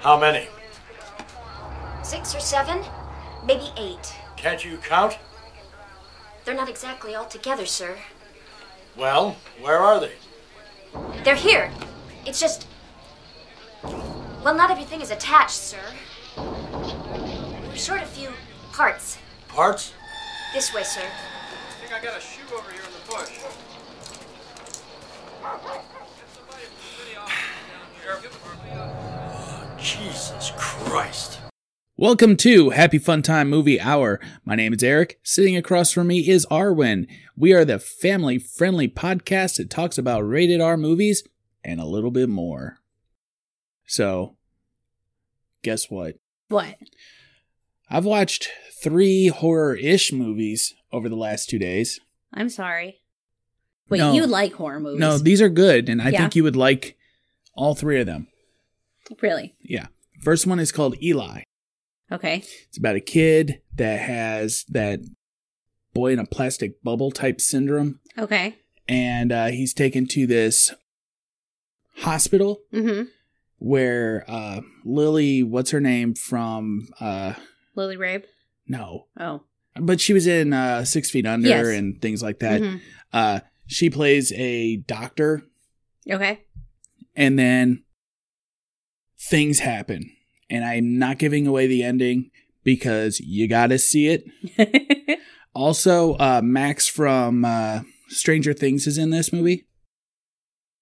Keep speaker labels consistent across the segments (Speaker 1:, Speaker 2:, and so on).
Speaker 1: How many?
Speaker 2: Six or seven, maybe eight.
Speaker 1: Can't you count?
Speaker 2: They're not exactly all together, sir.
Speaker 1: Well, where are they?
Speaker 2: They're here. It's just. Well, not everything is attached, sir. We're short a few parts.
Speaker 1: Parts?
Speaker 2: This way, sir.
Speaker 3: I think I got a shoe over here in the bush. Somebody from the city office down here. uh,
Speaker 1: Oh, Jesus Christ.
Speaker 4: Welcome to Happy Fun Time Movie Hour. My name is Eric. Sitting across from me is Arwen. We are the family friendly podcast that talks about rated R movies and a little bit more. So, guess what?
Speaker 5: What?
Speaker 4: I've watched three horror ish movies over the last two days.
Speaker 5: I'm sorry. Wait,
Speaker 4: No.
Speaker 5: you like horror movies?
Speaker 4: No, these are good, and I
Speaker 5: Yeah.
Speaker 4: think you would like all three of them.
Speaker 5: really?
Speaker 4: Yeah. First one is called Eli.
Speaker 5: Okay.
Speaker 4: It's about a kid that has that boy in a plastic bubble type syndrome,
Speaker 5: Okay.
Speaker 4: and uh, he's taken to this hospital
Speaker 5: Mm-hmm.
Speaker 4: where uh, Lily, what's her name from? Uh,
Speaker 5: Lily Rabe.
Speaker 4: no,
Speaker 5: Oh.
Speaker 4: but she was in uh, Six Feet Under
Speaker 5: Yes.
Speaker 4: and things like that.
Speaker 5: Mhm.
Speaker 4: Uh, she plays a doctor,
Speaker 5: Okay.
Speaker 4: and then things happen, and I'm not giving away the ending because you got to see it. Also, uh, Max from uh, Stranger Things is in this movie,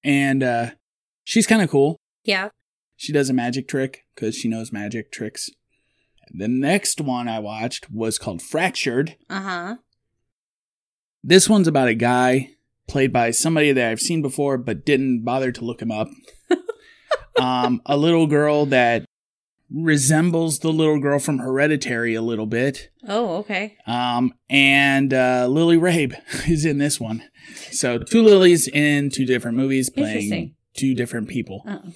Speaker 4: and uh, she's kind of cool.
Speaker 5: yeah.
Speaker 4: She does a magic trick because she knows magic tricks. The next one I watched was called Fractured.
Speaker 5: Uh huh.
Speaker 4: This one's about a guy played by somebody that I've seen before but didn't bother to look him up. um, a little girl that resembles the little girl from Hereditary a little bit.
Speaker 5: Oh, okay.
Speaker 4: Um, and uh, Lily Rabe is in this one. So two Lilies in two different movies playing
Speaker 5: Interesting.
Speaker 4: two different people.
Speaker 5: Uh-oh.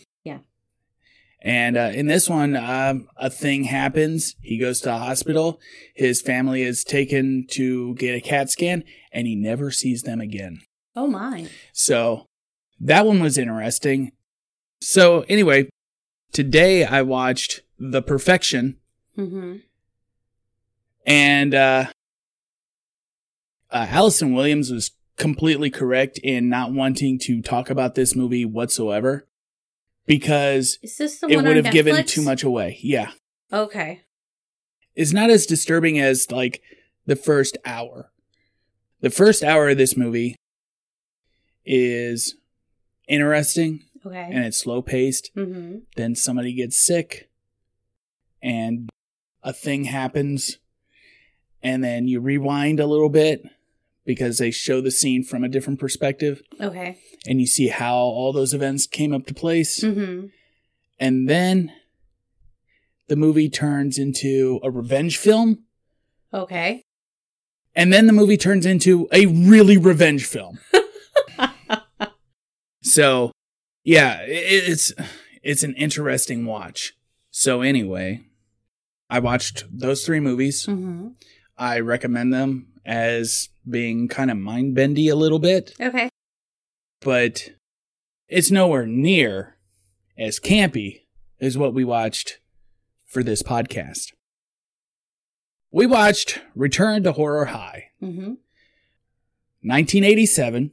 Speaker 4: And uh, in this one, um, a thing happens. He goes to a hospital. His family is taken to get a CAT scan, and he never sees them again.
Speaker 5: Oh my.
Speaker 4: So that one was interesting. So anyway, today I watched The Perfection,
Speaker 5: Mm-hmm.
Speaker 4: and uh, uh, Allison Williams was completely correct in not wanting to talk about this movie whatsoever because
Speaker 5: Is this the
Speaker 4: it
Speaker 5: one
Speaker 4: would
Speaker 5: on
Speaker 4: have given
Speaker 5: Netflix?
Speaker 4: too much away. Yeah.
Speaker 5: Okay.
Speaker 4: is not as disturbing as like the first hour. The first hour of this movie is interesting
Speaker 5: Okay.
Speaker 4: and it's slow paced.
Speaker 5: Mm-hmm.
Speaker 4: Then somebody gets sick and a thing happens. And then you rewind a little bit because they show the scene from a different perspective
Speaker 5: Okay.
Speaker 4: and you see how all those events came up to place.
Speaker 5: Mm-hmm.
Speaker 4: And then the movie turns into a revenge film.
Speaker 5: Okay.
Speaker 4: And then the movie turns into a really revenge film. so, yeah, i- i it's it's an interesting watch. So anyway, I watched those three movies.
Speaker 5: Mm-hmm.
Speaker 4: I recommend them as being kind of mind bendy a little bit,
Speaker 5: Okay.
Speaker 4: but it's nowhere near as campy as what we watched for this podcast. We watched Return to Horror High.
Speaker 5: Mm-hmm.
Speaker 4: 1987,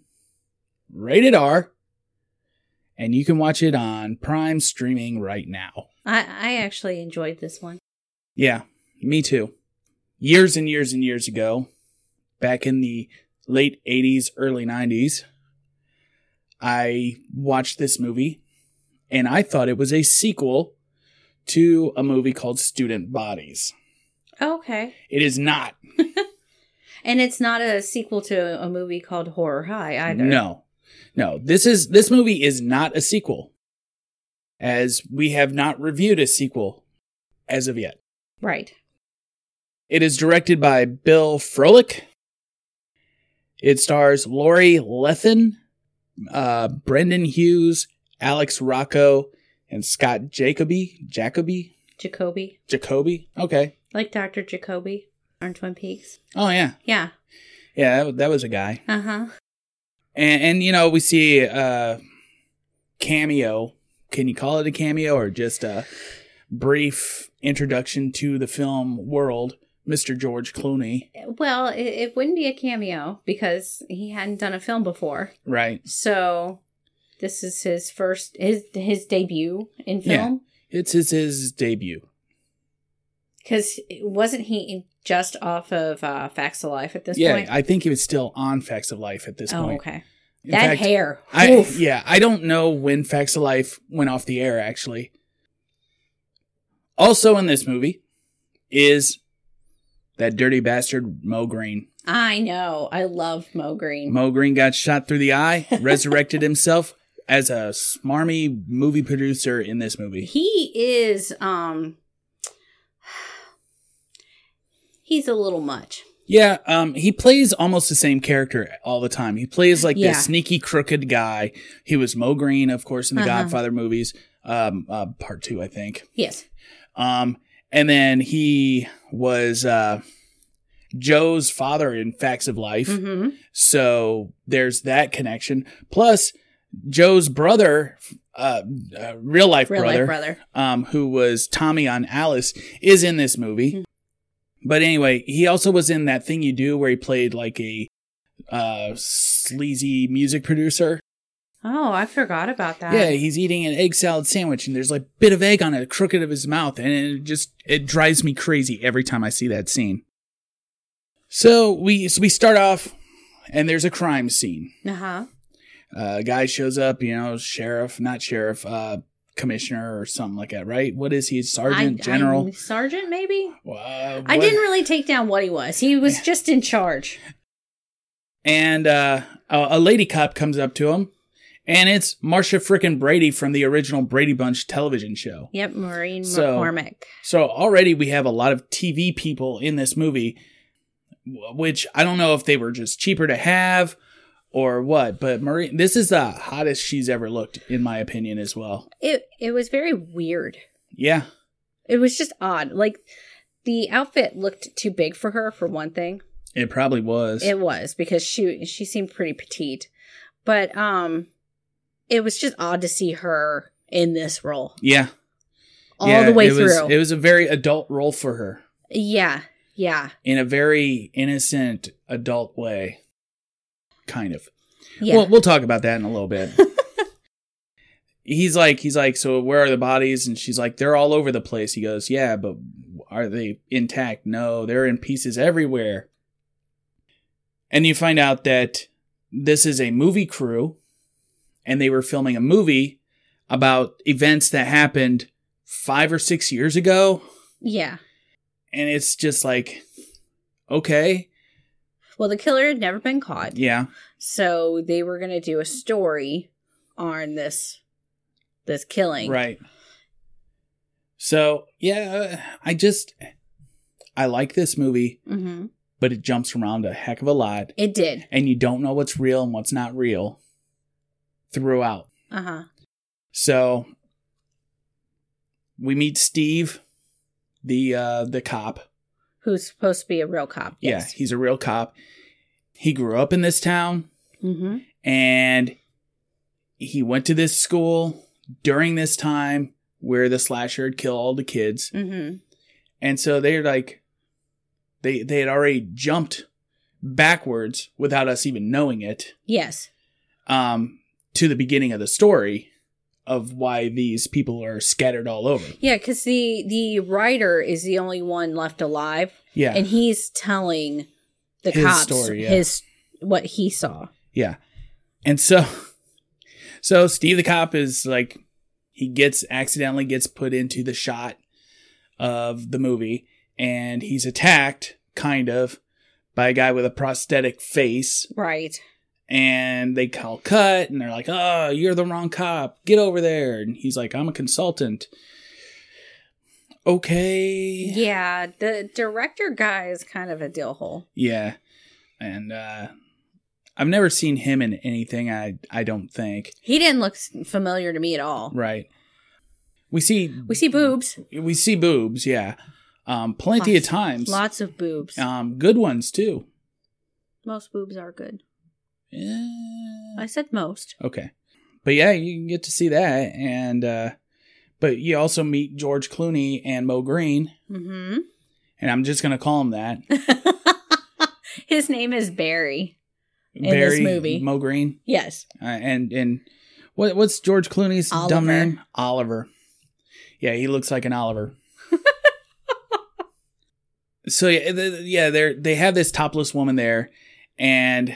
Speaker 4: rated R, and you can watch it on Prime streaming right now.
Speaker 5: I I actually enjoyed this one.
Speaker 4: Yeah, me too. Years and years and years ago, back in the late 80s, early 90s, I watched this movie and I thought it was a sequel to a movie called Student Bodies.
Speaker 5: Okay.
Speaker 4: It is not.
Speaker 5: And it's not a sequel to a movie called Horror High either.
Speaker 4: No, no. This is this movie is not a sequel, as we have not reviewed a sequel as of yet.
Speaker 5: Right.
Speaker 4: It is directed by Bill Froelich. It stars Lori Lethan, uh, Brendan Hughes, Alex Rocco, and Scott Jacoby. Jacoby.
Speaker 5: Jacoby.
Speaker 4: Jacoby. Okay.
Speaker 5: Like Dr. Jacoby on Twin Peaks.
Speaker 4: Oh yeah,
Speaker 5: Yeah.
Speaker 4: yeah. That, that was a guy.
Speaker 5: Uh-huh.
Speaker 4: And, and you know we see uh cameo. Can you call it a cameo or just a brief introduction to the film world, Mr. George Clooney,
Speaker 5: Well, it, it wouldn't be a cameo because he hadn't done a film before.
Speaker 4: right?
Speaker 5: So this is his first his his debut in film.
Speaker 4: It's his, his debut.
Speaker 5: Because wasn't he just off of uh, Facts of Life at this
Speaker 4: yeah,
Speaker 5: point?
Speaker 4: I think he was still on Facts of Life at this
Speaker 5: oh,
Speaker 4: point.
Speaker 5: okay.
Speaker 4: In
Speaker 5: that
Speaker 4: fact,
Speaker 5: hair.
Speaker 4: I,
Speaker 5: Oof.
Speaker 4: yeah, I don't know when Facts of Life went off the air, actually. Also in this movie is that dirty bastard Mo Green.
Speaker 5: I know. I love Mo Green.
Speaker 4: Mo Green got shot through the eye, resurrected himself as a smarmy movie producer in this movie.
Speaker 5: he is um he's a little much.
Speaker 4: Yeah, um, he plays almost the same character all the time. He plays like
Speaker 5: Yeah.
Speaker 4: this sneaky, crooked guy. He was Mo Green, of course, in the
Speaker 5: Uh-huh.
Speaker 4: Godfather movies, um, uh, part two, I think.
Speaker 5: Yes.
Speaker 4: Um, and then he was uh, Joe's father in Facts of Life.
Speaker 5: hmm
Speaker 4: So there's that connection. Plus, Joe's brother, uh, uh, real life
Speaker 5: Real
Speaker 4: brother,
Speaker 5: life brother.
Speaker 4: um, who was Tommy on Alice, is in this movie.
Speaker 5: Hmm.
Speaker 4: But anyway, he also was in that thing you do where he played like a uh, sleazy music producer.
Speaker 5: Oh, I forgot about that.
Speaker 4: yeah, he's eating an egg salad sandwich and there's like a bit of egg on it, crooked of his mouth, and it just it drives me crazy every time I see that scene. So we so we start off, and there's a crime scene.
Speaker 5: Uh-huh.
Speaker 4: Uh, a guy shows up, you know, sheriff, not sheriff, uh, commissioner or something like that, right? What is he, sergeant,
Speaker 5: I-
Speaker 4: general?
Speaker 5: I'm sergeant maybe?
Speaker 4: Uh,
Speaker 5: I
Speaker 4: what-
Speaker 5: didn't really take down what he was. He was just in charge.
Speaker 4: And uh, a, a lady cop comes up to him, and it's Marsha frickin' Brady from the original Brady Bunch television show.
Speaker 5: Yep, Maureen
Speaker 4: So-
Speaker 5: McCormick.
Speaker 4: So already we have a lot of TV people in this movie, w- which I don't know if they were just cheaper to have or what. But Marie, this is the hottest she's ever looked, in my opinion, as well.
Speaker 5: It it was very weird.
Speaker 4: Yeah,
Speaker 5: It was just odd. Like the outfit looked too big for her for one thing.
Speaker 4: it probably was.
Speaker 5: It was because she she seemed pretty petite, but um, it was just odd to see her in this role
Speaker 4: yeah,
Speaker 5: all
Speaker 4: Yeah,
Speaker 5: the way
Speaker 4: it was-
Speaker 5: through.
Speaker 4: it was a very adult role for her
Speaker 5: yeah, yeah,
Speaker 4: in a very innocent adult way, kind of.
Speaker 5: yeah.
Speaker 4: Well, we'll talk about that in a little bit. he's like, he's like, so where are the bodies? And she's like, they're all over the place. He goes, yeah, but are they intact? No, they're in pieces everywhere. And you find out that this is a movie crew, and they were filming a movie about events that happened five or six years ago.
Speaker 5: yeah.
Speaker 4: And it's just like, okay,
Speaker 5: Well, the killer had never been caught,
Speaker 4: yeah,
Speaker 5: so they were gonna do a story on this this killing.
Speaker 4: Right. So, yeah, I just I like this movie,
Speaker 5: hmm
Speaker 4: but it jumps around a heck of a lot
Speaker 5: It did.
Speaker 4: and you don't know what's real and what's not real throughout.
Speaker 5: Uh huh.
Speaker 4: So, we meet Steve, the uh the cop.
Speaker 5: Who's supposed to be a real cop?
Speaker 4: Yeah, he's a real cop. He grew up in this town.
Speaker 5: Mm-hmm.
Speaker 4: and he went to this school during this time where the slasher had killed all the kids
Speaker 5: Mm-hmm.
Speaker 4: and so they're like they they had already jumped backwards without us even knowing it
Speaker 5: Yes.
Speaker 4: um to the beginning of the story of why these people are scattered all over
Speaker 5: Yeah, because the the writer is the only one left alive.
Speaker 4: yeah
Speaker 5: and he's telling the
Speaker 4: His
Speaker 5: cops
Speaker 4: story, yeah.
Speaker 5: his what he saw.
Speaker 4: Yeah. And so so Steve the cop is like he gets accidentally gets put into the shot of the movie and he's attacked kind of by a guy with a prosthetic face
Speaker 5: Right.
Speaker 4: and they call cut and they're like, "Oh, you're the wrong cop. Get over there." And he's like, "I'm a consultant." Okay.
Speaker 5: Yeah, the director guy is kind of a dill hole.
Speaker 4: Yeah. And uh I've never seen him in anything I I don't think.
Speaker 5: He didn't look s- familiar to me at all.
Speaker 4: Right. We see
Speaker 5: We see boobs,
Speaker 4: we see boobs, yeah. Um plenty of times.
Speaker 5: lots of boobs.
Speaker 4: Um good ones too.
Speaker 5: most boobs are good.
Speaker 4: Yeah.
Speaker 5: I said most.
Speaker 4: Okay. But yeah, you can get to see that and uh But you also meet George Clooney and Mo Green,
Speaker 5: hmm
Speaker 4: and I'm just gonna call him that.
Speaker 5: His name is Barry. this
Speaker 4: Barry
Speaker 5: movie.
Speaker 4: Mo Green,
Speaker 5: Yes.
Speaker 4: uh, and and what what's George Clooney's dumb
Speaker 5: Oliver.
Speaker 4: name? Oliver. Yeah, he looks like an Oliver. so yeah, th- th- yeah, they they have this topless woman there, and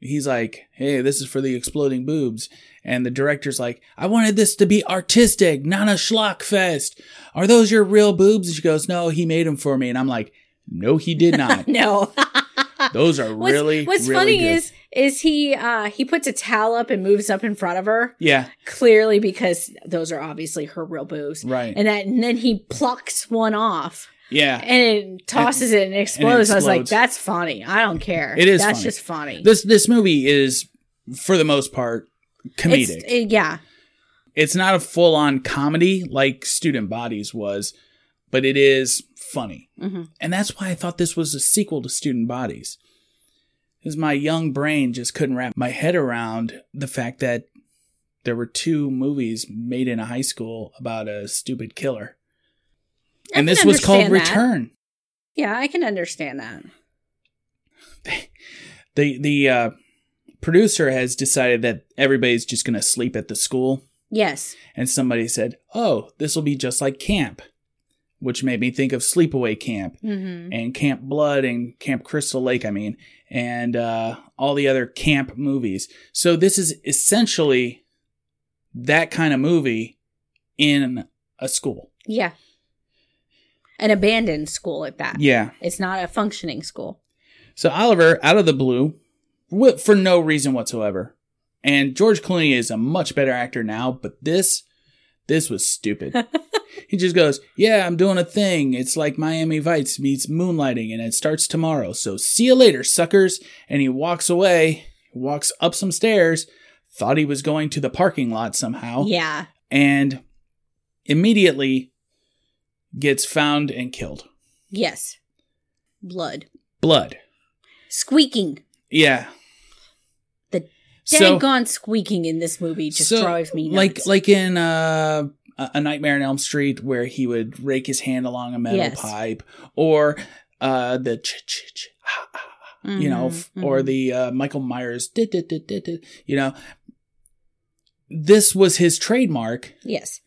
Speaker 4: he's like, "Hey, this is for the exploding boobs." And the director's like, "I wanted this to be artistic, not a schlock fest." Are those your real boobs? And she goes, "No, he made them for me." And I'm like, "No, he did not.
Speaker 5: No.
Speaker 4: Those are
Speaker 5: What's,
Speaker 4: really
Speaker 5: what's
Speaker 4: really
Speaker 5: funny
Speaker 4: good.
Speaker 5: is is he uh he puts a towel up and moves up in front of her
Speaker 4: yeah,
Speaker 5: clearly because those are obviously her real boobs
Speaker 4: right,
Speaker 5: and that and then he plucks one off
Speaker 4: yeah."
Speaker 5: and it tosses it, and it explodes. I was like,
Speaker 4: explodes.
Speaker 5: that's funny. I don't care.
Speaker 4: It is
Speaker 5: That's
Speaker 4: funny.
Speaker 5: just funny.
Speaker 4: this this movie is for the most part comedic
Speaker 5: It's-
Speaker 4: it's,
Speaker 5: it- yeah.
Speaker 4: not a full-on comedy like student bodies was but it is funny
Speaker 5: Mhm.
Speaker 4: and that's why i thought this was a sequel to student bodies because my young brain just couldn't wrap my head around the fact that there were two movies made in a high school about a stupid killer
Speaker 5: I
Speaker 4: and
Speaker 5: can
Speaker 4: this was called
Speaker 5: understand that.
Speaker 4: return
Speaker 5: Yeah, I can understand that.
Speaker 4: the the uh, producer has decided that everybody's just going to sleep at the school
Speaker 5: Yes.
Speaker 4: and somebody said, "Oh, this will be just like camp," which made me think of Sleepaway Camp
Speaker 5: Mm-hmm.
Speaker 4: and Camp Blood and Camp Crystal Lake, I mean, and uh, all the other camp movies. So this is essentially that kind of movie in a school.
Speaker 5: Yeah. An abandoned school at that.
Speaker 4: Yeah.
Speaker 5: It's not a functioning school.
Speaker 4: So Oliver, out of the blue, wh- for no reason whatsoever, and George Clooney is a much better actor now, but this, this was stupid. he just goes, "Yeah, I'm doing a thing. It's like Miami Vice meets Moonlighting, and it starts tomorrow. So see you later, suckers." And he walks away, walks up some stairs. Thought he was going to the parking lot somehow,
Speaker 5: Yeah.
Speaker 4: and immediately gets found and killed.
Speaker 5: Yes. Blood.
Speaker 4: Blood.
Speaker 5: Squeaking.
Speaker 4: Yeah.
Speaker 5: The
Speaker 4: So-
Speaker 5: Daggone squeaking in this movie just
Speaker 4: So,
Speaker 5: drives me
Speaker 4: like
Speaker 5: nuts.
Speaker 4: like in uh, a a nightmare on elm street where he would rake his hand along a metal
Speaker 5: Yes.
Speaker 4: pipe or uh the ch ch ch ah, ah, you know f-
Speaker 5: Mhm,
Speaker 4: or
Speaker 5: mhm.
Speaker 4: the uh, michael myers dit, dit, dit, dit, dit, you know this was his trademark
Speaker 5: Mm-hmm. Yes.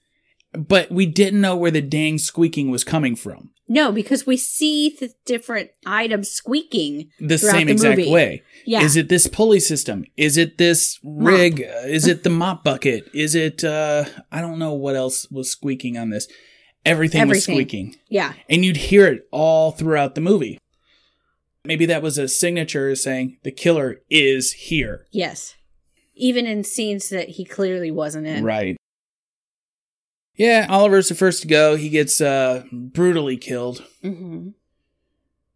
Speaker 4: but we didn't know where the dang squeaking was coming from
Speaker 5: No, because we see the different items squeaking.
Speaker 4: the
Speaker 5: Throughout
Speaker 4: same
Speaker 5: the
Speaker 4: exact
Speaker 5: movie.
Speaker 4: way
Speaker 5: Yeah.
Speaker 4: Is it this pulley system? Is it this rig? Uh, Is it the mop bucket? Is it uh I don't know what else was squeaking on this. Everything, was
Speaker 5: Everything.
Speaker 4: squeaking.
Speaker 5: yeah.
Speaker 4: And you'd hear it all throughout the movie. Maybe that was a signature saying the killer is here.
Speaker 5: Yes. Even in scenes that he clearly wasn't in.
Speaker 4: Right. Yeah, Oliver's the first to go. He gets uh brutally killed.
Speaker 5: hmm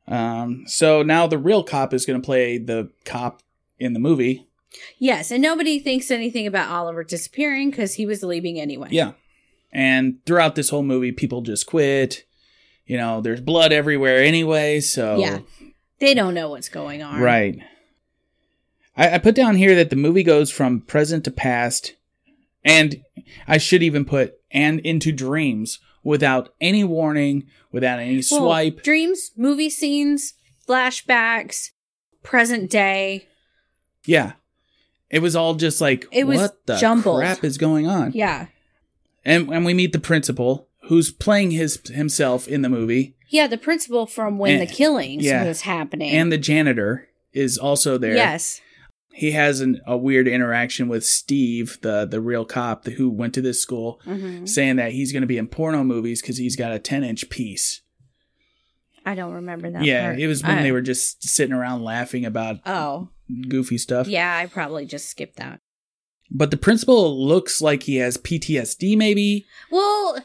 Speaker 4: Um so now the real cop is going to play the cop in the movie.
Speaker 5: Yes, and nobody thinks anything about Oliver disappearing because he was leaving anyway.
Speaker 4: Yeah. And throughout this whole movie, people just quit. You know, there's blood everywhere anyway, so
Speaker 5: Yeah. They don't know what's going on.
Speaker 4: right. I, I put down here that the movie goes from present to past, and I should even put and into dreams without any warning, without any
Speaker 5: Well,
Speaker 4: swipe.
Speaker 5: Dreams, movie scenes, flashbacks, present day.
Speaker 4: yeah. It was all just like
Speaker 5: It was
Speaker 4: what the
Speaker 5: jumbled.
Speaker 4: crap is going on.
Speaker 5: Yeah.
Speaker 4: And and we meet the principal who's playing his himself in the movie.
Speaker 5: Yeah, the principal from when
Speaker 4: And-
Speaker 5: the killings
Speaker 4: yeah.
Speaker 5: was happening.
Speaker 4: And the janitor is also there.
Speaker 5: Yes.
Speaker 4: he has an, a weird interaction with Steve, the the real cop who went to this school,
Speaker 5: hmm
Speaker 4: saying that he's going to be in porno movies because he's got a ten inch piece.
Speaker 5: I don't remember that.
Speaker 4: yeah,
Speaker 5: part.
Speaker 4: it was when
Speaker 5: I-
Speaker 4: they were just sitting around laughing about
Speaker 5: Oh,
Speaker 4: goofy stuff.
Speaker 5: yeah, I probably just skipped that.
Speaker 4: But the principal looks like he has PTSD, maybe.
Speaker 5: Well,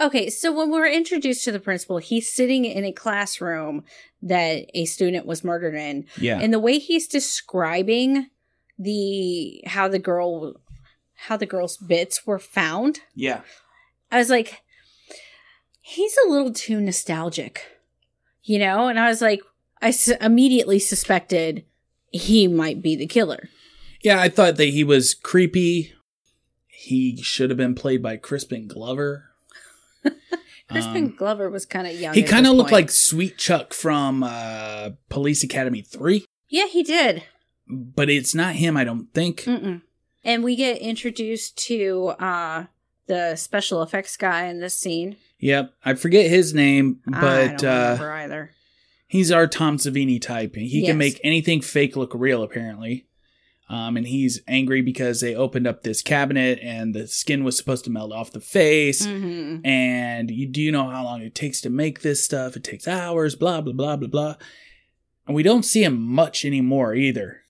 Speaker 5: okay, so when we're introduced to the principal, he's sitting in a classroom that a student was murdered in.
Speaker 4: Yeah,
Speaker 5: And the way he's describing the how the girl how the girl's bits were found,
Speaker 4: yeah,
Speaker 5: I was like he's a little too nostalgic. You know, and I was like I s- immediately suspected he might be the killer.
Speaker 4: yeah. I thought that he was creepy. He should have been played by Crispin Glover.
Speaker 5: Crispin
Speaker 4: Um,
Speaker 5: Glover was kind of young.
Speaker 4: He
Speaker 5: at
Speaker 4: kind of
Speaker 5: this
Speaker 4: looked
Speaker 5: point.
Speaker 4: like Sweet Chuck from uh, Police Academy 3,
Speaker 5: Yeah, he did.
Speaker 4: but it's not him, I don't think.
Speaker 5: Mm-mm. And we get introduced to uh the special effects guy in this scene.
Speaker 4: Yep. I forget his name,
Speaker 5: I
Speaker 4: but
Speaker 5: don't
Speaker 4: uh,
Speaker 5: remember either.
Speaker 4: he's our Tom Savini type. and He
Speaker 5: Yes.
Speaker 4: can make anything fake look real, apparently. Um, and he's angry because they opened up this cabinet and the skin was supposed to melt off the face.
Speaker 5: Mhm.
Speaker 4: And you do know how long it takes to make this stuff. It takes hours, blah, blah, blah, blah, blah. And we don't see him much anymore either.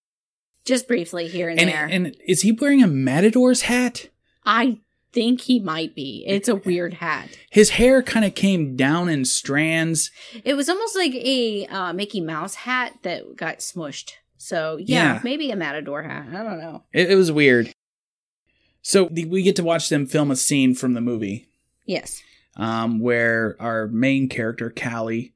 Speaker 5: Just briefly here and,
Speaker 4: And,
Speaker 5: there.
Speaker 4: and is he wearing a matador's hat?
Speaker 5: I think he might be. It's a weird hat.
Speaker 4: His hair kind of came down in strands.
Speaker 5: It was almost like a uh, Mickey Mouse hat that got smushed. So yeah,
Speaker 4: Yeah.
Speaker 5: maybe a matador hat. I don't know.
Speaker 4: It, it was weird. So the, we get to watch them film a scene from the movie
Speaker 5: Yes.
Speaker 4: um, where our main character, Callie,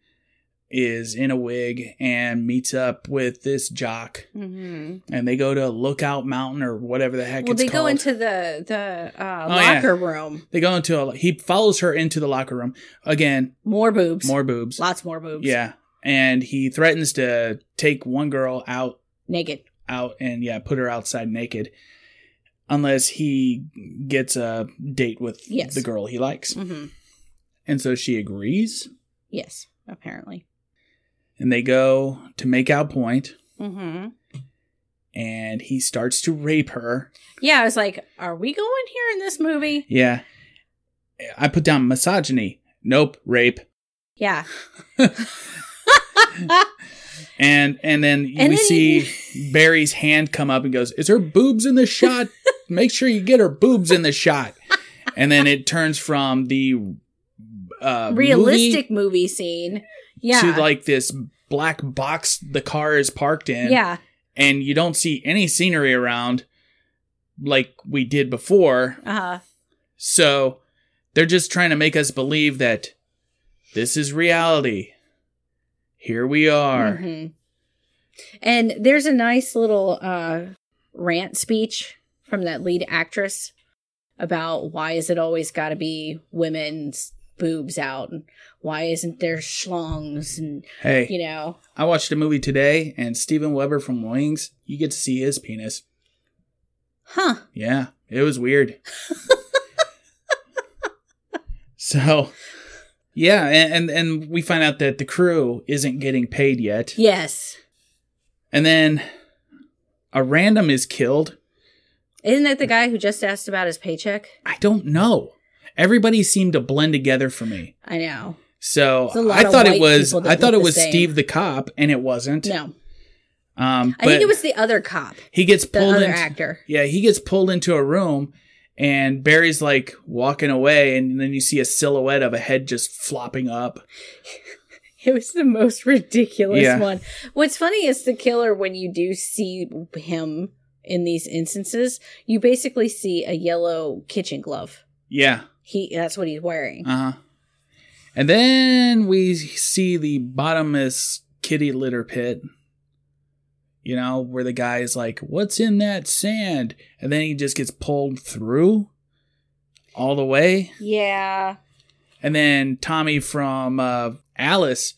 Speaker 4: is in a wig and meets up with this jock,
Speaker 5: Mm-hmm.
Speaker 4: and they go to Lookout Mountain or whatever the heck
Speaker 5: Well,
Speaker 4: it's
Speaker 5: they go
Speaker 4: called.
Speaker 5: into the the uh,
Speaker 4: Oh, yeah.
Speaker 5: locker room.
Speaker 4: they go into a. He follows her into the locker room again.
Speaker 5: More boobs.
Speaker 4: More boobs.
Speaker 5: Lots more boobs.
Speaker 4: Yeah, and he threatens to take one girl out
Speaker 5: Naked.
Speaker 4: out and yeah, put her outside naked unless he gets a date with
Speaker 5: Yes.
Speaker 4: the girl he likes.
Speaker 5: Mm-hmm.
Speaker 4: And so she agrees
Speaker 5: Yes. Apparently.
Speaker 4: and they go to make out point
Speaker 5: Mm-hmm.
Speaker 4: and he starts to rape her.
Speaker 5: Yeah, I was like, are we going here in this movie?
Speaker 4: Yeah. I put down misogyny. Nope, rape.
Speaker 5: Yeah.
Speaker 4: And and then
Speaker 5: And
Speaker 4: we
Speaker 5: then-
Speaker 4: see Barry's hand come up and goes, "Is her boobs in the shot? Make sure you get her boobs in the shot." And then it turns from the uh, movie-
Speaker 5: Realistic movie, scene. Yeah.
Speaker 4: to like this black box the car is parked in.
Speaker 5: yeah.
Speaker 4: And you don't see any scenery around like we did before.
Speaker 5: Uh
Speaker 4: So they're just trying to make us believe that this is reality. Here we are.
Speaker 5: mhm. And there's a nice little uh rant speech from that lead actress about why is it always got to be women's boobs out and why isn't there schlongs and
Speaker 4: Hey,
Speaker 5: you know
Speaker 4: I watched a movie today and Steven Weber from Wings, you get to see his penis.
Speaker 5: huh
Speaker 4: Yeah, it was weird. so yeah, and, and and we find out that the crew isn't getting paid yet.
Speaker 5: yes
Speaker 4: And then a random is killed.
Speaker 5: isn't that the guy who just asked about his paycheck
Speaker 4: I don't know. Everybody seemed to blend together for me.
Speaker 5: i know
Speaker 4: So
Speaker 5: It's a lot
Speaker 4: I
Speaker 5: of
Speaker 4: thought it
Speaker 5: white
Speaker 4: was
Speaker 5: people that
Speaker 4: I thought
Speaker 5: look
Speaker 4: it
Speaker 5: the
Speaker 4: was
Speaker 5: same.
Speaker 4: Steve the cop and it wasn't.
Speaker 5: no
Speaker 4: Um
Speaker 5: i think
Speaker 4: but
Speaker 5: it was the other cop
Speaker 4: he gets
Speaker 5: the
Speaker 4: pulled
Speaker 5: other
Speaker 4: into,
Speaker 5: actor
Speaker 4: Yeah, he gets pulled into a room and Barry's like walking away and then you see a silhouette of a head just flopping up.
Speaker 5: It was the most ridiculous
Speaker 4: Yeah.
Speaker 5: one. What's funny is the killer when you do see him in these instances, you basically see a yellow kitchen glove.
Speaker 4: Yeah.
Speaker 5: He that's what he's wearing.
Speaker 4: Uh-huh. And then we see the bottomless kitty litter pit. You know, where the guy is like, "What's in that sand?" And then he just gets pulled through all the way.
Speaker 5: yeah.
Speaker 4: And then Tommy from uh, Alice,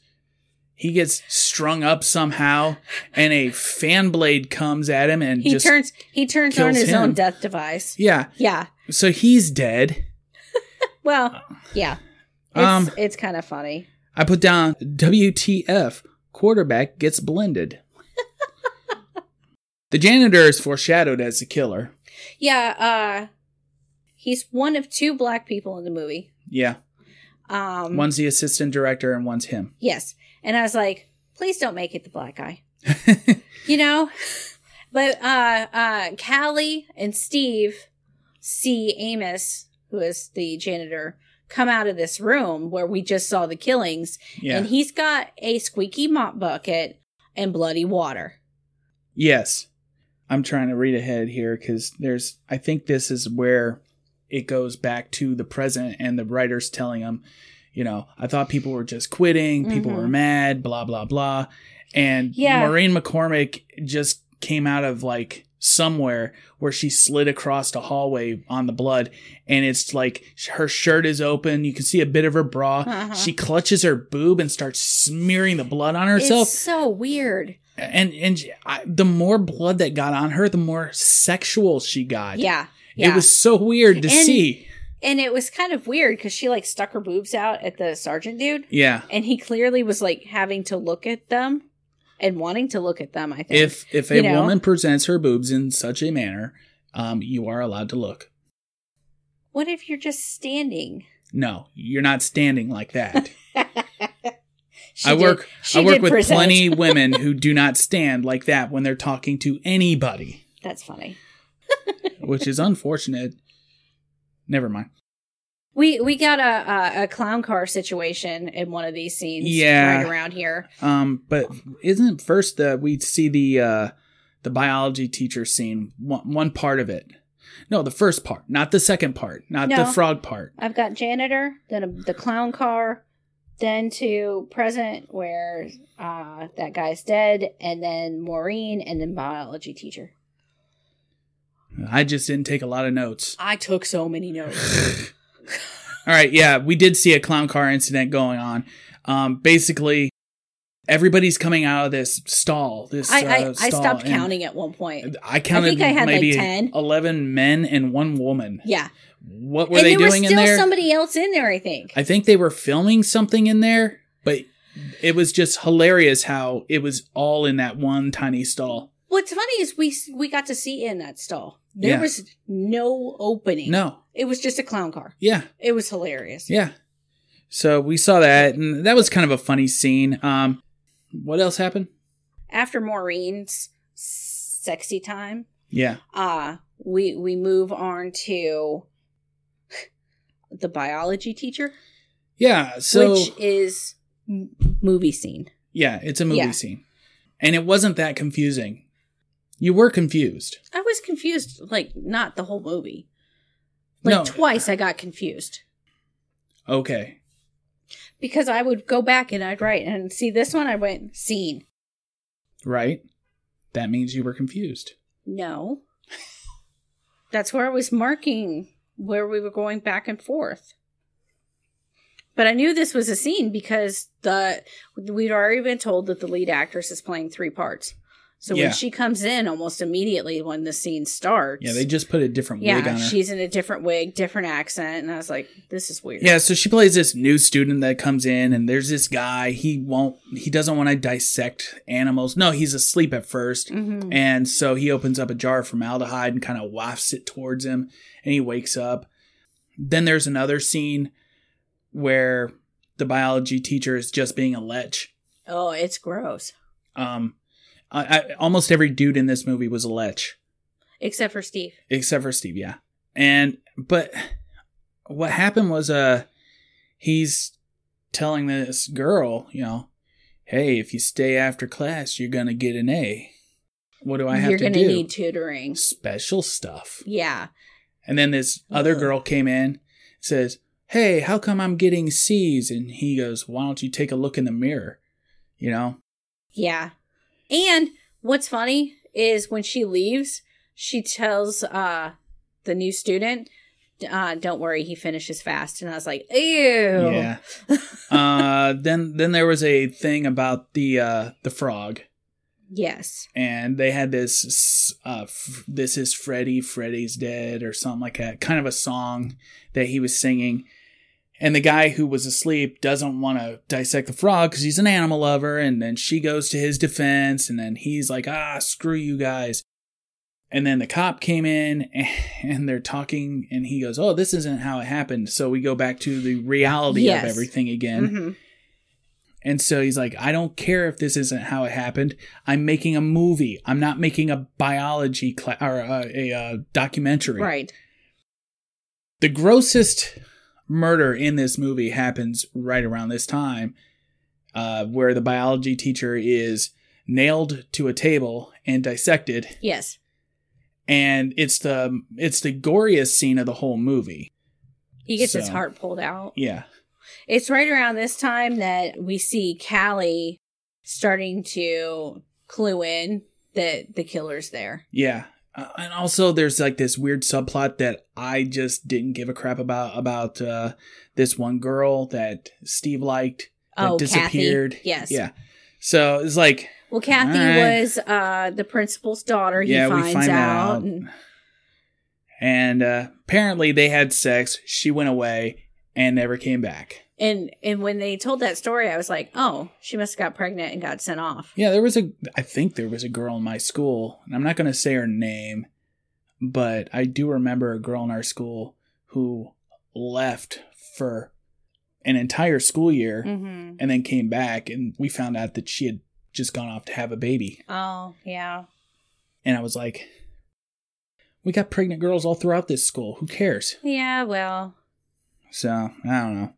Speaker 4: he gets strung up somehow, and a fan blade comes at him and
Speaker 5: He
Speaker 4: just
Speaker 5: turns he turns on
Speaker 4: kills
Speaker 5: his own
Speaker 4: him.
Speaker 5: death device.
Speaker 4: yeah.
Speaker 5: Yeah.
Speaker 4: So he's dead.
Speaker 5: Well, yeah. It's
Speaker 4: Um,
Speaker 5: it's kind of funny.
Speaker 4: I put down WTF quarterback gets blended. the janitor is foreshadowed as the killer.
Speaker 5: Yeah, uh he's one of two black people in the movie.
Speaker 4: Yeah.
Speaker 5: Um
Speaker 4: One's the assistant director and one's him.
Speaker 5: Yes. And I was like, please don't make it the black guy. you know? But uh uh Callie and Steve see Amos, who is the janitor, come out of this room where we just saw the killings,
Speaker 4: Yeah.
Speaker 5: and he's got a squeaky mop bucket and bloody water.
Speaker 4: yes. I'm trying to read ahead here because there's, I think this is where it goes back to the present and the writer's telling him, you know, I thought people were just quitting, people
Speaker 5: Mhm.
Speaker 4: were mad, blah, blah, blah. And
Speaker 5: Yeah.
Speaker 4: Maureen McCormick just came out of like somewhere where she slid across a hallway on the blood and it's like sh- her shirt is open you can see a bit of her bra she clutches her boob and starts smearing the blood on herself
Speaker 5: It's so weird.
Speaker 4: and and she- I, the more blood that got on her the more sexual she got
Speaker 5: Yeah. Yeah.
Speaker 4: it was so weird to
Speaker 5: And-
Speaker 4: see
Speaker 5: and it was kind of weird because she like stuck her boobs out at the sergeant dude.
Speaker 4: yeah
Speaker 5: And he clearly was like having to look at them and wanting to look at them, I think.
Speaker 4: if if a
Speaker 5: You know?
Speaker 4: woman presents her boobs in such a manner um you are allowed to look
Speaker 5: what if you're just standing?
Speaker 4: no you're not standing like that
Speaker 5: She
Speaker 4: i
Speaker 5: did-
Speaker 4: work
Speaker 5: she
Speaker 4: i work
Speaker 5: did
Speaker 4: with
Speaker 5: present.
Speaker 4: plenty women who do not stand like that when they're talking to anybody
Speaker 5: That's funny.
Speaker 4: which is unfortunate never mind
Speaker 5: We we got a, a a clown car situation in one of these scenes.
Speaker 4: Yeah.
Speaker 5: right around here.
Speaker 4: Um, but isn't first the we see the uh the biology teacher scene one one part of it? No, the first part, not the second part, not the
Speaker 5: No.
Speaker 4: frog part.
Speaker 5: I've got janitor, then a, the clown car, then to present where uh, that guy's dead, and then Maureen, and then biology teacher.
Speaker 4: I just didn't take a lot of notes.
Speaker 5: I took so many notes.
Speaker 4: All right, yeah, we did see a clown car incident going on. Um, basically, everybody's coming out of this stall. This
Speaker 5: I, I,
Speaker 4: uh,
Speaker 5: I
Speaker 4: stall,
Speaker 5: stopped
Speaker 4: and
Speaker 5: counting at one point.
Speaker 4: I counted
Speaker 5: think I had, like,
Speaker 4: maybe
Speaker 5: 10.
Speaker 4: eleven men and one woman.
Speaker 5: Yeah,
Speaker 4: What were
Speaker 5: and
Speaker 4: they
Speaker 5: there
Speaker 4: doing
Speaker 5: was
Speaker 4: in
Speaker 5: still
Speaker 4: there?
Speaker 5: somebody else in there. I think.
Speaker 4: I think they were filming something in there, but it was just hilarious how it was all in that one tiny stall.
Speaker 5: What's funny is we s- we got to see in that stall. There
Speaker 4: Yeah.
Speaker 5: was no opening.
Speaker 4: No.
Speaker 5: it was just a clown car.
Speaker 4: Yeah.
Speaker 5: It was hilarious.
Speaker 4: Yeah. So we saw that and that was kind of a funny scene. Um what else happened?
Speaker 5: After Maureen's sexy time,
Speaker 4: Yeah.
Speaker 5: uh we we move on to the biology teacher
Speaker 4: Yeah, so
Speaker 5: which is m- movie scene
Speaker 4: yeah, it's a movie
Speaker 5: Yeah.
Speaker 4: scene. And it wasn't that confusing. You were confused.
Speaker 5: i was confused like not the whole movie like
Speaker 4: No.
Speaker 5: twice i got confused
Speaker 4: Okay.
Speaker 5: because i would go back and i'd write and see this one i went scene
Speaker 4: Right? That means you were confused.
Speaker 5: no that's where i was marking where we were going back and forth but i knew this was a scene because the we'd already been told that the lead actress is playing three parts so
Speaker 4: Yeah.
Speaker 5: when she comes in almost immediately when the scene starts
Speaker 4: Yeah, they just put a different wig
Speaker 5: yeah
Speaker 4: on her.
Speaker 5: she's in a different wig different accent and i was like this is weird
Speaker 4: Yeah, so she plays this new student that comes in, and there's this guy. He won't. He doesn't want to dissect animals. No, he's asleep at 1st
Speaker 5: Mhm.
Speaker 4: and so he opens up a jar of formaldehyde and kind of wafts it towards him, and he wakes up. Then there's another scene where the biology teacher is just being a lech.
Speaker 5: oh it's gross
Speaker 4: Um, I, I, almost every dude in this movie was a lech,
Speaker 5: except for steve
Speaker 4: except for Steve. Yeah, and but what happened was uh he's telling this girl, you know, hey, if you stay after class, you're gonna get an A. What do I have
Speaker 5: you're
Speaker 4: to
Speaker 5: gonna
Speaker 4: do?
Speaker 5: need tutoring
Speaker 4: Special stuff.
Speaker 5: yeah
Speaker 4: And then this other
Speaker 5: Ugh.
Speaker 4: girl came in, says, Hey, how come I'm getting C's? And he goes, Why don't you take a look in the mirror? You know?
Speaker 5: Yeah. And what's funny is when she leaves, she tells uh the new student, uh, don't worry, he finishes fast. And I was like, ew.
Speaker 4: Yeah. uh then then there was a thing about the uh the frog.
Speaker 5: Yes.
Speaker 4: and they had this uh, f- this is freddy freddy's dead or something like that kind of a song that he was singing and the guy who was asleep doesn't want to dissect the frog because he's an animal lover and then she goes to his defense and then he's like ah screw you guys and then the cop came in and, and they're talking and he goes oh this isn't how it happened so we go back to the reality
Speaker 5: Yes.
Speaker 4: of everything again
Speaker 5: hmm
Speaker 4: and so he's like, I don't care if this isn't how it happened. I'm making a movie. I'm not making a biology cla- or uh, a uh, documentary.
Speaker 5: Right.
Speaker 4: The grossest murder in this movie happens right around this time, uh, where the biology teacher is nailed to a table and dissected,
Speaker 5: Yes.
Speaker 4: and it's the it's the goriest scene of the whole movie.
Speaker 5: He gets his
Speaker 4: So-
Speaker 5: heart pulled out.
Speaker 4: Yeah,
Speaker 5: It's right around this time that we see Callie starting to clue in that the killer's there.
Speaker 4: yeah. Uh, and also, there's like this weird subplot that I just didn't give a crap about about uh, this one girl that Steve liked that
Speaker 5: Oh,
Speaker 4: disappeared.
Speaker 5: Kathy. Yes.
Speaker 4: Yeah. So it's like,
Speaker 5: Well, Kathy
Speaker 4: All right.
Speaker 5: was uh, the principal's daughter. He
Speaker 4: yeah,
Speaker 5: finds
Speaker 4: we find
Speaker 5: out.
Speaker 4: out.
Speaker 5: and-
Speaker 4: And uh, apparently, they had sex. She went away and never came back.
Speaker 5: And and when they told that story, I was like, oh, she must have got pregnant and got sent off.
Speaker 4: Yeah, there was a. I think there was a girl in my school, and I'm not going to say her name, but I do remember a girl in our school who left for an entire school year
Speaker 5: Mm-hmm.
Speaker 4: and then came back, and we found out that she had just gone off to have a baby.
Speaker 5: Oh yeah.
Speaker 4: And I was like, "We got pregnant girls all throughout this school. Who cares?"
Speaker 5: Yeah. Well.
Speaker 4: So I don't know.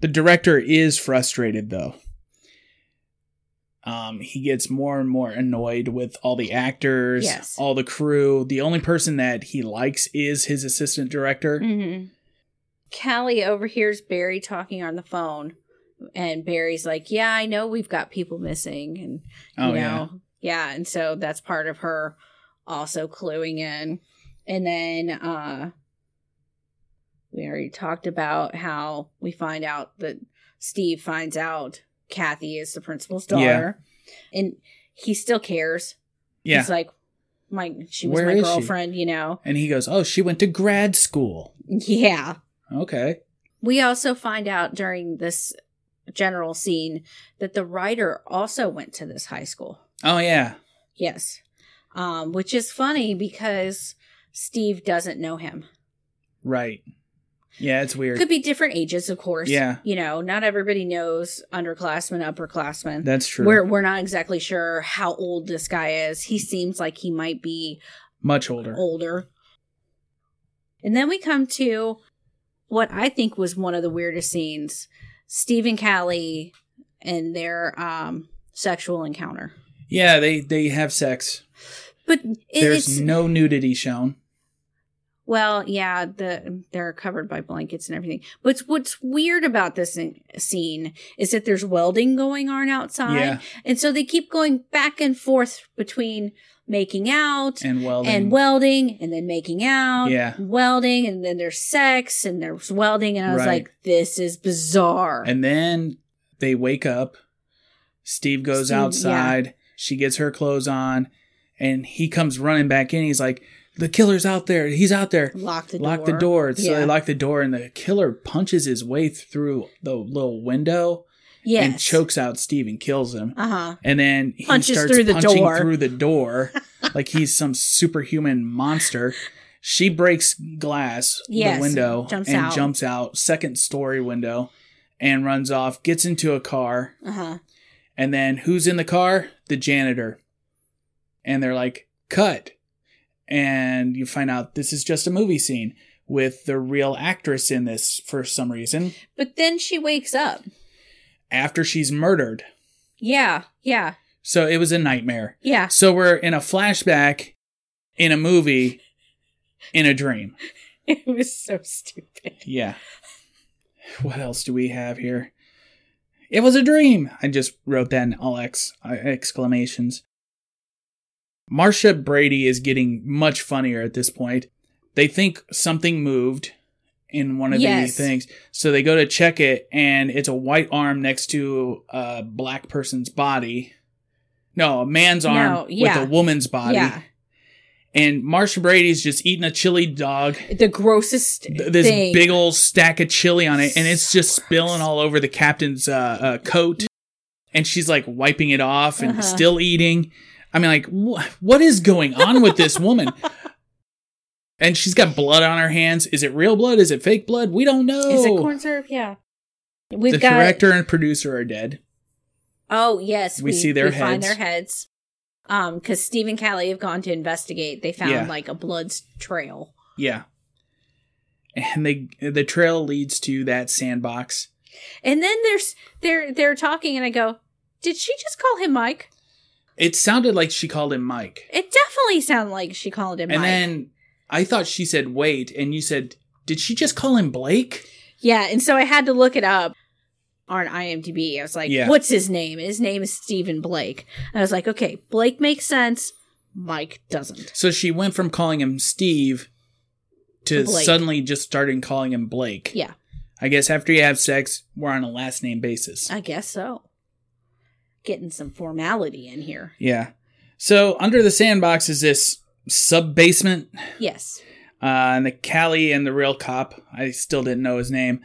Speaker 4: The director is frustrated though. Um, he gets more and more annoyed with all the actors,
Speaker 5: Yes.
Speaker 4: all the crew. The only person that he likes is his assistant director.
Speaker 5: Mm-hmm. Callie overhears Barry talking on the phone, and Barry's like, "Yeah, I know we've got people missing, and
Speaker 4: Oh
Speaker 5: you know,
Speaker 4: yeah,
Speaker 5: yeah, and so that's part of her also cluing in, and then uh, we already talked about how we find out that Steve finds out Kathy is the principal's
Speaker 4: Yeah.
Speaker 5: daughter, and he still cares.
Speaker 4: yeah.
Speaker 5: He's like, my she was
Speaker 4: Where
Speaker 5: my
Speaker 4: is she?
Speaker 5: girlfriend, you know,
Speaker 4: and he goes, "Oh, she went to grad school."
Speaker 5: yeah."
Speaker 4: Okay.
Speaker 5: We also find out during this general scene that the writer also went to this high school.
Speaker 4: Oh yeah,
Speaker 5: Yes. Um, which is funny because Steve doesn't know him.
Speaker 4: right. Yeah, it's weird.
Speaker 5: Could be different ages, of course.
Speaker 4: Yeah.
Speaker 5: You know, not everybody knows underclassmen, upperclassmen.
Speaker 4: That's true.
Speaker 5: We're we're not exactly sure how old this guy is. He seems like he might be
Speaker 4: Much older.
Speaker 5: older. And then we come to what I think was one of the weirdest scenes Steve and Callie and their um, sexual encounter.
Speaker 4: Yeah, they they have sex.
Speaker 5: But it-
Speaker 4: There's
Speaker 5: it's
Speaker 4: no nudity shown.
Speaker 5: well, yeah, the they're covered by blankets and everything. But what's weird about this in- scene is that there's welding going on outside,
Speaker 4: Yeah,
Speaker 5: and so they keep going back and forth between making out
Speaker 4: and welding.
Speaker 5: and welding and then making out
Speaker 4: Yeah.
Speaker 5: and welding and then there's sex and there's welding and i was
Speaker 4: Right.
Speaker 5: like this is bizarre
Speaker 4: And then they wake up. Steve goes
Speaker 5: Steve, yeah.
Speaker 4: outside. She gets her clothes on, and he comes running back in. He's like, "The killer's out there. He's out there.
Speaker 5: lock the
Speaker 4: lock
Speaker 5: door
Speaker 4: the door." So
Speaker 5: yeah.
Speaker 4: they lock the door, and the killer punches his way through the little window
Speaker 5: yes.
Speaker 4: and chokes out Steve and kills him.
Speaker 5: uh-huh
Speaker 4: And then he
Speaker 5: Punches
Speaker 4: starts
Speaker 5: through the
Speaker 4: punching
Speaker 5: door.
Speaker 4: through the door like he's some superhuman monster. She breaks glass
Speaker 5: Yes,
Speaker 4: the window
Speaker 5: jumps
Speaker 4: and
Speaker 5: out.
Speaker 4: jumps out second story window and runs off, gets into a car,
Speaker 5: uh-huh
Speaker 4: and then who's in the car? The janitor. And they're like, "Cut." And you find out this is just a movie scene with the real actress in this for some reason
Speaker 5: but then she wakes up
Speaker 4: after she's murdered.
Speaker 5: yeah yeah
Speaker 4: So it was a nightmare.
Speaker 5: yeah
Speaker 4: So we're in a flashback, in a movie, in a dream.
Speaker 5: it was so stupid
Speaker 4: Yeah. What else do we have here? It was a dream. I just wrote that in all ex- uh, exclamations. Marsha Brady is getting much funnier at this point. They think something moved in one of
Speaker 5: Yes.
Speaker 4: the things. So they go to check it, and it's a white arm next to a black person's body. No, a man's arm
Speaker 5: No, yeah.
Speaker 4: with a woman's body.
Speaker 5: yeah
Speaker 4: And Marsha Brady's just eating a chili dog
Speaker 5: the grossest
Speaker 4: th- this
Speaker 5: thing.
Speaker 4: big old stack of chili on it, and it's
Speaker 5: So
Speaker 4: just spilling all over the captain's uh, uh, coat. And she's like wiping it off and
Speaker 5: Uh-huh.
Speaker 4: still eating. I mean, like, wh- what is going on with this woman? And she's got blood on her hands. Is it real blood? Is it fake blood? We don't know.
Speaker 5: is it corn syrup yeah we've
Speaker 4: the
Speaker 5: got
Speaker 4: director and producer are dead.
Speaker 5: oh yes
Speaker 4: We see their
Speaker 5: find
Speaker 4: heads.
Speaker 5: their heads um because steve and callie have gone to investigate they found
Speaker 4: Yeah.
Speaker 5: like a blood s- trail
Speaker 4: Yeah. And they the trail leads to that sandbox.
Speaker 5: And then there's they're they're talking, and I go, "Did she just call him Mike?"
Speaker 4: It sounded like she called him Mike.
Speaker 5: It definitely sounded like she called him
Speaker 4: And
Speaker 5: Mike.
Speaker 4: then I thought she said wait, and you said, did she just call him Blake?
Speaker 5: yeah, and so I had to look it up on IMDb. I was like,
Speaker 4: Yeah.
Speaker 5: "What's his name?" His name is Stephen Blake. And I was like, "Okay, Blake makes sense. Mike doesn't.
Speaker 4: So she went from calling him Steve to
Speaker 5: To Blake.
Speaker 4: suddenly just starting calling him Blake.
Speaker 5: Yeah,
Speaker 4: I guess after you have sex, we're on a last name basis.
Speaker 5: I guess so. Getting some formality in here.
Speaker 4: yeah. So under the sandbox is this sub basement,
Speaker 5: Yes.
Speaker 4: uh, and the Callie and the real cop. I still didn't know his name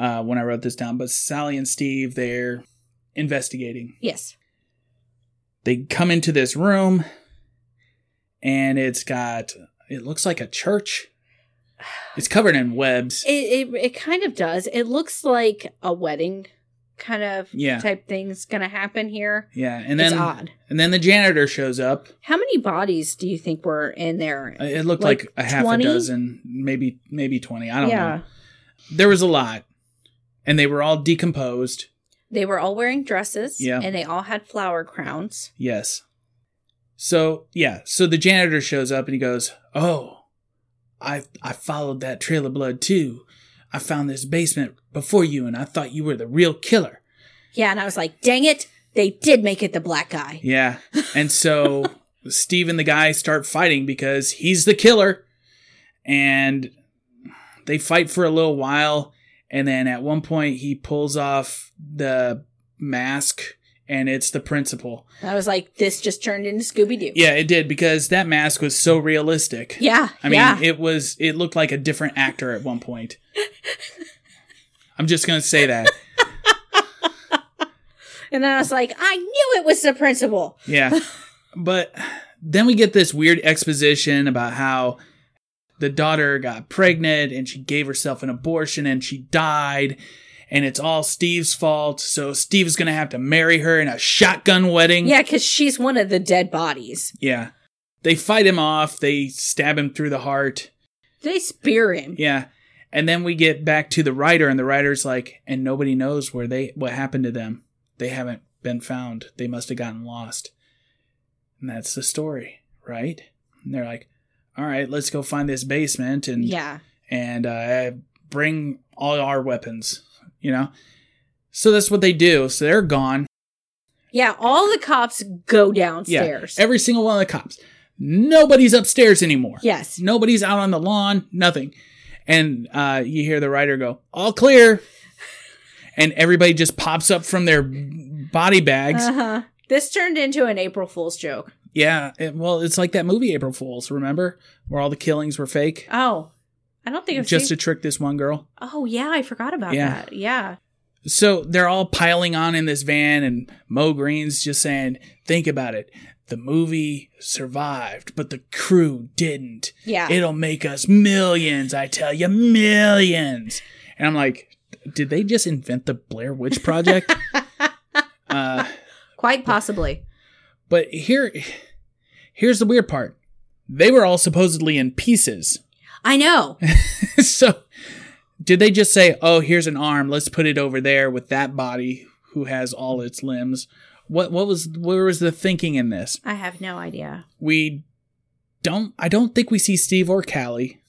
Speaker 4: uh, when I wrote this down, but Sally and Steve they're investigating.
Speaker 5: Yes.
Speaker 4: They come into this room, and it's got it looks like a church. It's covered in webs.
Speaker 5: It, it it kind of does. It looks like a wedding kind of
Speaker 4: Yeah.
Speaker 5: type thing's gonna happen here.
Speaker 4: yeah, and then
Speaker 5: it's odd.
Speaker 4: and then the janitor shows up.
Speaker 5: How many bodies do you think were in there?
Speaker 4: Uh, It looked like,
Speaker 5: Like
Speaker 4: a half
Speaker 5: 20?
Speaker 4: a dozen, maybe maybe twenty. I don't
Speaker 5: yeah.
Speaker 4: know. There was a lot, and they were all decomposed.
Speaker 5: They were all wearing dresses.
Speaker 4: Yeah.
Speaker 5: And they all had flower crowns.
Speaker 4: Yes. So yeah, so the janitor shows up and he goes, "Oh, I I followed that trail of blood too. I found this basement before you, and I thought you were the real killer."
Speaker 5: Yeah, and I was like, dang it, they did make it the black guy.
Speaker 4: Yeah, and so Steve and the guy start fighting because he's the killer, and they fight for a little while, and then at one point he pulls off the mask, and it's the principal.
Speaker 5: I was like, this just turned into Scooby Doo.
Speaker 4: Yeah, it did because that mask was so realistic.
Speaker 5: Yeah.
Speaker 4: I mean,
Speaker 5: yeah.
Speaker 4: it was it looked like a different actor at one point. I'm just gonna say that.
Speaker 5: and then I was like, I knew it was the principal.
Speaker 4: Yeah. But then we get this weird exposition about how the daughter got pregnant and she gave herself an abortion and she died and it's all Steve's fault. So Steve's going to have to marry her in a shotgun wedding.
Speaker 5: Yeah, because she's one of the dead bodies.
Speaker 4: Yeah. They fight him off. They stab him through the heart.
Speaker 5: They spear him.
Speaker 4: Yeah. And then we get back to the writer and the writer's like, and nobody knows where they what happened to them. They haven't been found. They must have gotten lost. And that's the story, right? And they're like, all right, let's go find this basement and
Speaker 5: Yeah.
Speaker 4: and uh, bring all our weapons, you know. So that's what they do. So they're gone.
Speaker 5: Yeah, all the cops go downstairs.
Speaker 4: Yeah, every single one of the cops. Nobody's upstairs anymore.
Speaker 5: yes.
Speaker 4: Nobody's out on the lawn, nothing. And uh, you hear the writer go, all clear. And everybody just pops up from their body bags.
Speaker 5: Uh-huh. This turned into an April Fool's joke.
Speaker 4: yeah. it- well, it's like that movie, April Fools, remember? Where all the killings were fake
Speaker 5: Oh, I don't think I've
Speaker 4: just
Speaker 5: seen.
Speaker 4: to trick this one girl.
Speaker 5: oh, yeah, I forgot about
Speaker 4: Yeah.
Speaker 5: that. Yeah.
Speaker 4: So they're all piling on in this van, and Mo Green's just saying, think about it. The movie survived, but the crew didn't.
Speaker 5: Yeah.
Speaker 4: It'll make us millions, I tell you, millions. And I'm like, did they just invent the Blair Witch Project? uh,
Speaker 5: Quite possibly.
Speaker 4: but here, here's the weird part: they were all supposedly in pieces.
Speaker 5: I know.
Speaker 4: so, did they just say, "Oh, here's an arm. Let's put it over there with that body who has all its limbs"? What what was where was the thinking in this?
Speaker 5: I have no idea.
Speaker 4: We don't. I don't think we see Steve or Callie,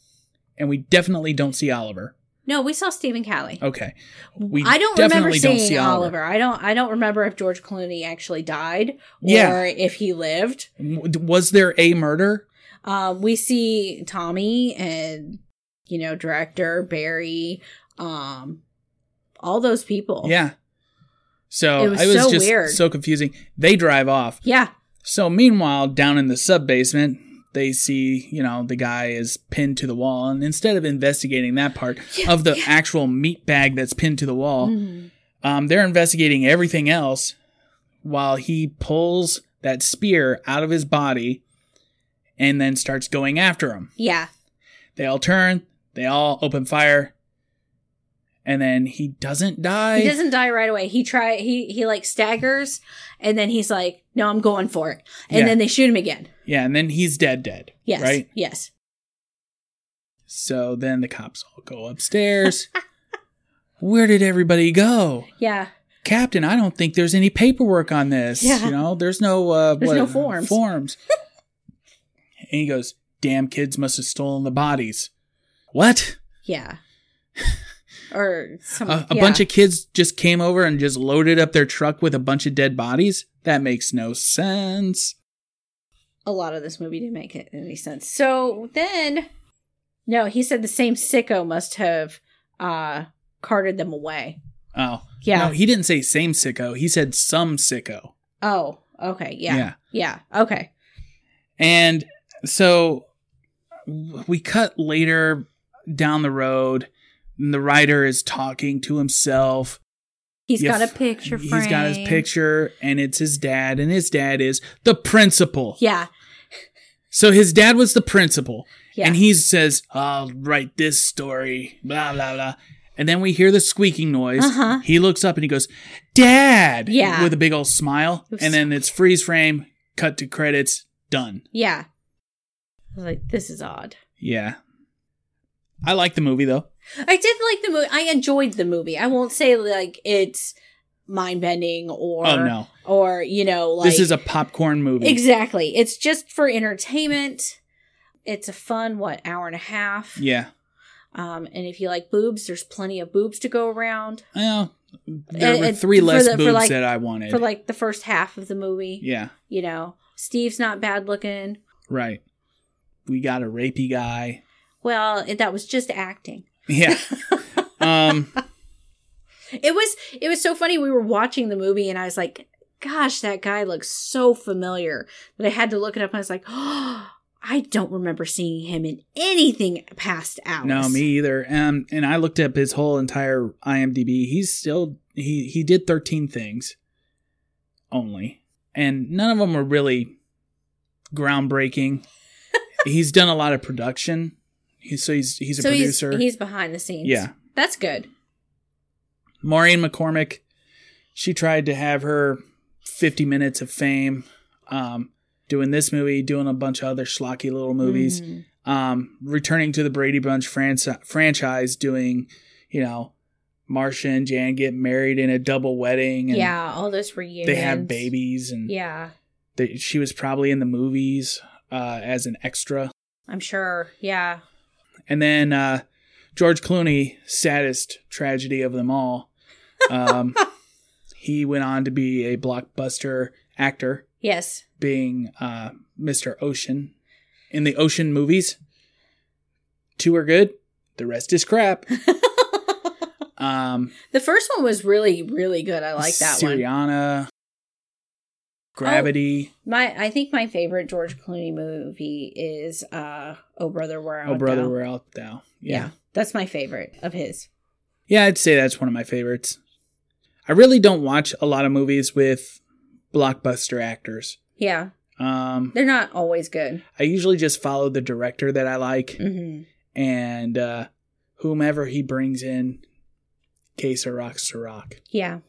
Speaker 4: and we definitely don't see Oliver.
Speaker 5: No, we saw Stephen Callie.
Speaker 4: Okay. Uh, We
Speaker 5: I don't remember
Speaker 4: definitely
Speaker 5: seeing
Speaker 4: don't see
Speaker 5: Oliver.
Speaker 4: Oliver.
Speaker 5: I don't. I don't remember if George Clooney actually died or
Speaker 4: Yeah.
Speaker 5: if he lived.
Speaker 4: W- Was there a murder?
Speaker 5: Um, we see Tommy and you know director Barry, um, all those people.
Speaker 4: Yeah. So
Speaker 5: It was
Speaker 4: I was
Speaker 5: so
Speaker 4: just
Speaker 5: weird.
Speaker 4: so confusing. They drive off.
Speaker 5: yeah,
Speaker 4: So meanwhile, down in the sub basement, they see, you know, the guy is pinned to the wall. And instead of investigating that part of the actual meat bag that's pinned to the wall,
Speaker 5: Mm-hmm.
Speaker 4: um, they're investigating everything else while he pulls that spear out of his body and then starts going after him.
Speaker 5: yeah.
Speaker 4: They all turn. They all open fire. And then he doesn't die.
Speaker 5: He doesn't die right away. He try he he like staggers, and then he's like, "No, I'm going for it," and
Speaker 4: Yeah.
Speaker 5: then they shoot him again.
Speaker 4: Yeah, and then he's dead, dead.
Speaker 5: Yes,
Speaker 4: Right?
Speaker 5: yes.
Speaker 4: So then the cops all go upstairs. Where did everybody go?
Speaker 5: Yeah.
Speaker 4: Captain, I don't think there's any paperwork on this.
Speaker 5: Yeah.
Speaker 4: You know, there's no uh
Speaker 5: There's no forms.
Speaker 4: forms. and he goes, "Damn kids must have stolen the bodies." What?
Speaker 5: Yeah. or some,
Speaker 4: A, a
Speaker 5: yeah.
Speaker 4: bunch of kids just came over and just loaded up their truck with a bunch of dead bodies? That makes no sense.
Speaker 5: a lot of this movie didn't make it any sense. So then, no, he said the same sicko must have uh carted them away.
Speaker 4: Oh.
Speaker 5: Yeah.
Speaker 4: No, he didn't say same sicko. He said some sicko.
Speaker 5: oh, okay. Yeah.
Speaker 4: Yeah.
Speaker 5: Yeah. Okay.
Speaker 4: And so we cut later down the road. And the writer is talking to himself.
Speaker 5: He's
Speaker 4: You
Speaker 5: got a
Speaker 4: f-
Speaker 5: picture frame.
Speaker 4: He's got his picture, and it's his dad, and his dad is the principal.
Speaker 5: Yeah.
Speaker 4: So his dad was the principal,
Speaker 5: Yeah.
Speaker 4: and he says, "I'll write this story." Blah blah blah. And then we hear the squeaking noise.
Speaker 5: Uh-huh.
Speaker 4: He looks up and he goes, "Dad!"
Speaker 5: Yeah.
Speaker 4: with a big old smile.
Speaker 5: Oops.
Speaker 4: And then it's freeze frame, cut to credits, done.
Speaker 5: yeah. I was like, this is odd.
Speaker 4: Yeah, I like the movie though.
Speaker 5: I did like the movie. I enjoyed the movie. I won't say like it's mind bending or
Speaker 4: oh no,
Speaker 5: or you know like
Speaker 4: this is a popcorn movie.
Speaker 5: exactly. It's just for entertainment. It's a fun what hour and a half.
Speaker 4: yeah.
Speaker 5: Um, and if you like boobs, there's plenty of boobs to go around
Speaker 4: Well, there
Speaker 5: Uh,
Speaker 4: were
Speaker 5: uh,
Speaker 4: three
Speaker 5: for
Speaker 4: less
Speaker 5: the- for
Speaker 4: boobs
Speaker 5: like-
Speaker 4: that I wanted.
Speaker 5: for like the first half of the movie.
Speaker 4: yeah.
Speaker 5: You know, Steve's not bad looking.
Speaker 4: Right. We got a rapey guy.
Speaker 5: Well, it, that was just acting.
Speaker 4: Yeah. um
Speaker 5: It was it was so funny. We were watching the movie and I was like, gosh, that guy looks so familiar that I had to look it up and I was like, oh, I don't remember seeing him in anything past Alice.
Speaker 4: no me either. Um and I looked up his whole entire IMDb. He's still he he did 13 things only. And none of them were really groundbreaking. he's done a lot of production. He's so he's he's a
Speaker 5: so he's
Speaker 4: producer.
Speaker 5: he's behind the scenes.
Speaker 4: Yeah.
Speaker 5: That's good.
Speaker 4: Maureen McCormick, she tried to have her 50 minutes of fame um, doing this movie, doing a bunch of other schlocky little movies,
Speaker 5: Mm.
Speaker 4: um, returning to the Brady Bunch franci- franchise, doing, you know, Marcia and Jan get married in a double wedding. And
Speaker 5: Yeah, all those reunions.
Speaker 4: They have babies, and
Speaker 5: Yeah,
Speaker 4: they, she was probably in the movies uh, as an extra.
Speaker 5: I'm sure. Yeah.
Speaker 4: And then uh, George Clooney, saddest tragedy of them all. Um, he went on to be a blockbuster actor,
Speaker 5: Yes.
Speaker 4: being uh, Mr. Ocean in the Ocean movies. Two are good, the rest is crap. um,
Speaker 5: The first one was really, really good. I like that one. Oh,
Speaker 4: Syriana, Gravity,
Speaker 5: My, I think my favorite George Clooney movie is uh, Oh Brother, Where Art
Speaker 4: Oh, Brother,
Speaker 5: Thou?
Speaker 4: Where Art Thou?
Speaker 5: Yeah.
Speaker 4: Yeah.
Speaker 5: That's my favorite of his.
Speaker 4: Yeah, I'd say that's one of my favorites. I really don't watch a lot of movies with blockbuster actors.
Speaker 5: Yeah.
Speaker 4: Um,
Speaker 5: They're not always good.
Speaker 4: I usually just follow the director that I like
Speaker 5: Mm-hmm.
Speaker 4: and uh, whomever he brings in. Case or rocks to rock.
Speaker 5: Yeah.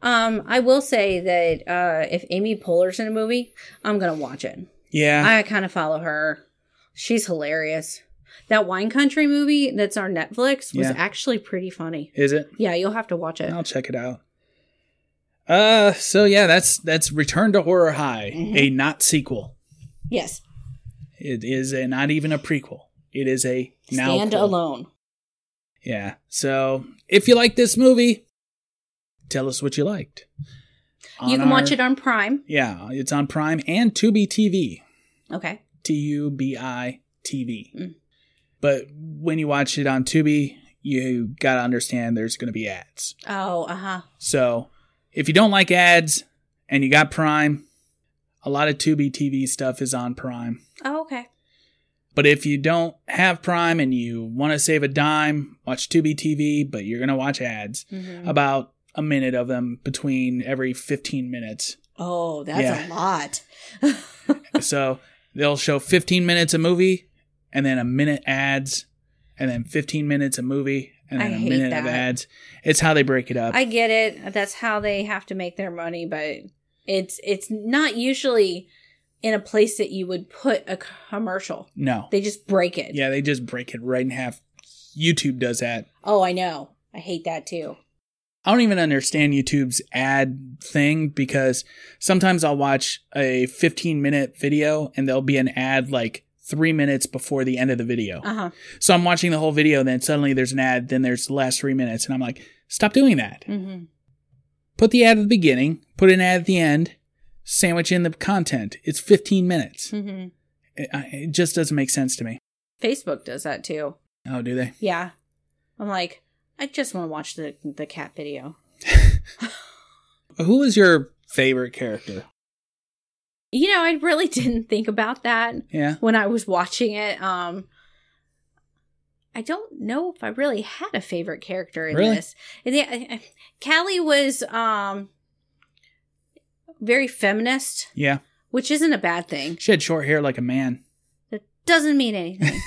Speaker 5: Um, I will say that uh, if Amy Poehler's in a movie, I'm going to watch it.
Speaker 4: Yeah,
Speaker 5: I kind of follow her. She's hilarious. That Wine Country movie that's on Netflix was
Speaker 4: Yeah.
Speaker 5: actually pretty funny.
Speaker 4: is it?
Speaker 5: Yeah, you'll have to watch it.
Speaker 4: I'll check it out. Uh, so yeah, that's that's Return to Horror High, a not sequel.
Speaker 5: Yes.
Speaker 4: It is a, not even a prequel. It is a now
Speaker 5: Stand alone.
Speaker 4: Yeah. So if you like this movie, tell us what you liked.
Speaker 5: you can watch it on Prime.
Speaker 4: Yeah, it's on Prime and Tubi TV.
Speaker 5: Okay.
Speaker 4: T U B I TV.
Speaker 5: Mm.
Speaker 4: But when you watch it on Tubi, you got to understand there's going to be ads.
Speaker 5: Oh, uh huh.
Speaker 4: So if you don't like ads and you got Prime, a lot of Tubi TV stuff is on Prime.
Speaker 5: Oh, okay.
Speaker 4: But if you don't have Prime and you want to save a dime, watch Tubi TV, but you're going to watch ads.
Speaker 5: Mm-hmm.
Speaker 4: About a minute of them between every 15 minutes.
Speaker 5: Oh, that's
Speaker 4: Yeah.
Speaker 5: a lot.
Speaker 4: so they'll show 15 minutes a movie and then a minute ads and then 15 minutes a movie and
Speaker 5: I
Speaker 4: then a
Speaker 5: hate
Speaker 4: minute of
Speaker 5: that.
Speaker 4: ads. It's how they break it up.
Speaker 5: I get it. That's how they have to make their money, but it's it's not usually in a place that you would put a commercial.
Speaker 4: no.
Speaker 5: They just break it.
Speaker 4: Yeah, they just break it right in half. YouTube does that.
Speaker 5: Oh, I know. I hate that too.
Speaker 4: I don't even understand YouTube's ad thing because sometimes I'll watch a 15 minute video and there'll be an ad like three minutes before the end of the video.
Speaker 5: Uh huh.
Speaker 4: So I'm watching the whole video, then suddenly there's an ad, then there's the last three minutes. And I'm like, stop doing that.
Speaker 5: Mm-hmm.
Speaker 4: Put the ad at the beginning, put an ad at the end, Sandwich in the content. It's 15 minutes.
Speaker 5: hmm
Speaker 4: It, I- it just doesn't make sense to me.
Speaker 5: Facebook does that too.
Speaker 4: Oh, do they?
Speaker 5: Yeah. I'm like, I just want to watch the the cat video.
Speaker 4: Who was your favorite character?
Speaker 5: You know, I really didn't think about that
Speaker 4: Yeah.
Speaker 5: when I was watching it. Um I don't know if I really had a favorite character in
Speaker 4: Really?
Speaker 5: this. And Yeah, I- I- Callie was um very feminist,
Speaker 4: Yeah.
Speaker 5: which isn't a bad thing.
Speaker 4: She had short hair like a man.
Speaker 5: That doesn't mean anything.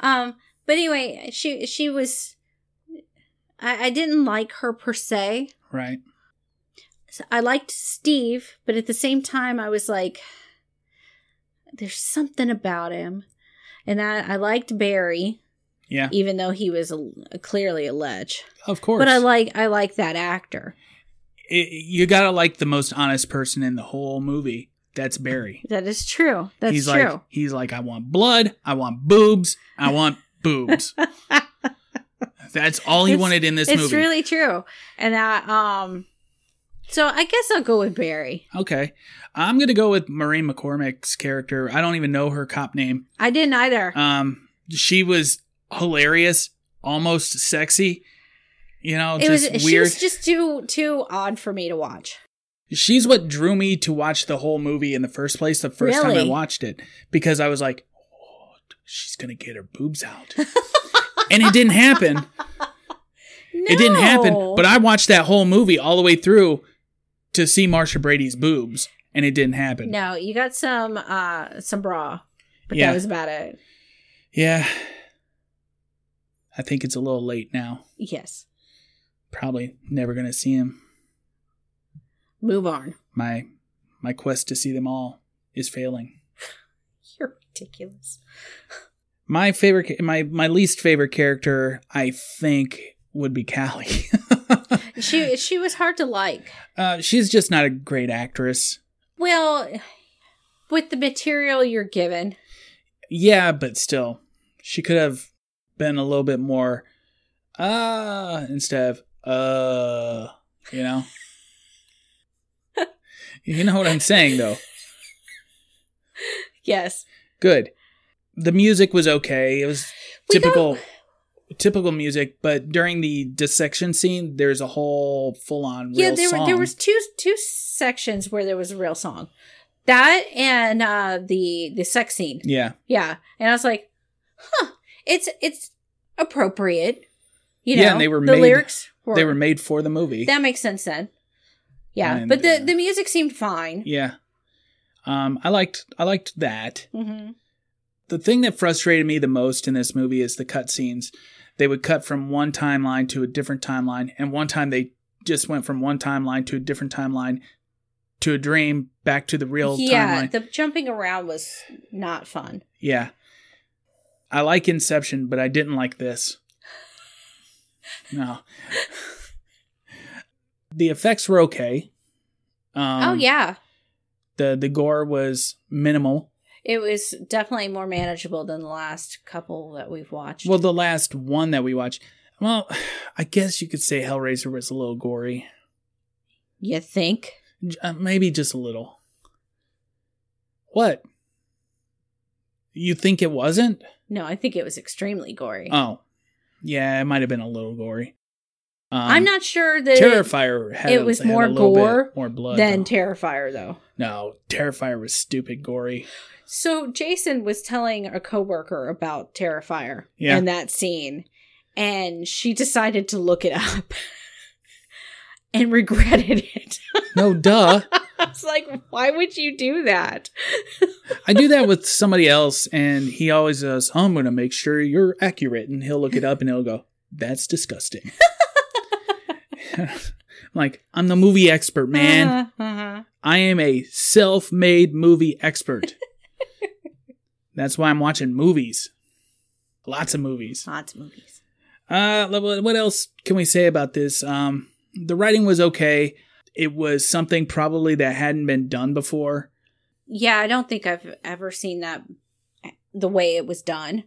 Speaker 5: um but anyway she she was I, I didn't like her per se
Speaker 4: right.
Speaker 5: i liked steve but at the same time i was like there's something about him and i, I liked barry
Speaker 4: Yeah.
Speaker 5: even though he was a, clearly a ledge
Speaker 4: Of course.
Speaker 5: but i like i like that actor
Speaker 4: it, you gotta like the most honest person in the whole movie. That's Barry.
Speaker 5: that is true that's
Speaker 4: he's
Speaker 5: true
Speaker 4: like he's like I want blood, I want boobs, I want boobs. That's all he
Speaker 5: It's-
Speaker 4: wanted in this
Speaker 5: it's
Speaker 4: movie.
Speaker 5: really true and i um so i guess i'll go with barry
Speaker 4: okay, I'm gonna go with Maureen McCormick's character. I don't even know her cop name.
Speaker 5: i didn't either
Speaker 4: Um, she was hilarious, almost sexy. You know,
Speaker 5: it was
Speaker 4: just
Speaker 5: she
Speaker 4: weird.
Speaker 5: was just too too odd for me to watch
Speaker 4: She's what drew me to watch the whole movie in the first place. The first time I
Speaker 5: Really?
Speaker 4: watched it, because I was like, oh, "She's gonna get her boobs out," and it didn't happen. It didn't happen. But I watched that whole movie all the way through to see Marsha Brady's boobs, and it didn't happen.
Speaker 5: no, you got some uh some bra, but
Speaker 4: Yeah.
Speaker 5: that was about it.
Speaker 4: Yeah, I think it's a little late now.
Speaker 5: Yes,
Speaker 4: Probably never gonna see him.
Speaker 5: move on.
Speaker 4: My my quest to see them all is failing.
Speaker 5: You're ridiculous.
Speaker 4: My favorite, ca- my my least favorite character, I think, would be Callie.
Speaker 5: She she was hard to like.
Speaker 4: uh, she's just not a great actress.
Speaker 5: Well, with the material you're given,
Speaker 4: Yeah, but still, she could have been a little bit more, uh, instead of uh, you know. you know what I'm saying, though.
Speaker 5: yes,
Speaker 4: Good. The music was okay. It was
Speaker 5: We
Speaker 4: typical. Typical music, but during the dissection scene, there's a whole full-on real
Speaker 5: yeah. There
Speaker 4: song.
Speaker 5: were there was two two sections where there was a real song, that and uh the the sex scene.
Speaker 4: yeah,
Speaker 5: Yeah, and I was like, huh, it's it's appropriate. You know,
Speaker 4: Yeah, and they were
Speaker 5: the
Speaker 4: made-
Speaker 5: lyrics were
Speaker 4: they were made for the movie.
Speaker 5: That makes sense then. Yeah,
Speaker 4: And,
Speaker 5: but the
Speaker 4: uh,
Speaker 5: the music seemed fine.
Speaker 4: yeah. Um, I liked I liked that.
Speaker 5: hmm
Speaker 4: The thing that frustrated me the most in this movie is the cutscenes. They would cut from one timeline to a different timeline, and one time they just went from one timeline to a different timeline to a dream back to the real
Speaker 5: Yeah,
Speaker 4: timeline.
Speaker 5: the jumping around was not fun.
Speaker 4: yeah. I like Inception, but I didn't like this. No. the effects were okay. Um,
Speaker 5: oh yeah,
Speaker 4: The the gore was minimal.
Speaker 5: it was definitely more manageable than the last couple that we've watched.
Speaker 4: Well, the last one that we watched, well, I guess you could say Hellraiser was a little gory,
Speaker 5: you think?
Speaker 4: J- uh, maybe just a little. What? You think it wasn't?
Speaker 5: No, I think it was extremely gory.
Speaker 4: Oh, yeah, it might have been a little gory. Um,
Speaker 5: I'm not sure that
Speaker 4: Terrifier. Had
Speaker 5: it
Speaker 4: a-
Speaker 5: was
Speaker 4: had a
Speaker 5: more
Speaker 4: little bit
Speaker 5: gore
Speaker 4: more blood.
Speaker 5: than
Speaker 4: though.
Speaker 5: Terrifier though.
Speaker 4: no, Terrifier was stupid gory.
Speaker 5: So Jason was telling a coworker about Terrifier
Speaker 4: Yeah.
Speaker 5: and that scene, and she decided to look it up and regretted it.
Speaker 4: No, duh.
Speaker 5: I was like, why would you do that?
Speaker 4: I do that with somebody else, and he always says, "I'm going to make sure you're accurate," and he'll look it up and he'll go, "That's disgusting." I'm like, I'm the movie expert, man.
Speaker 5: Uh, uh-huh.
Speaker 4: I am a self-made movie expert. That's why I'm watching movies, lots of movies.
Speaker 5: Lots of movies.
Speaker 4: Uh, le- what what else can we say about this? Um, the writing was okay. It was something probably that hadn't been done before.
Speaker 5: Yeah, I don't think I've ever seen that the way it was done.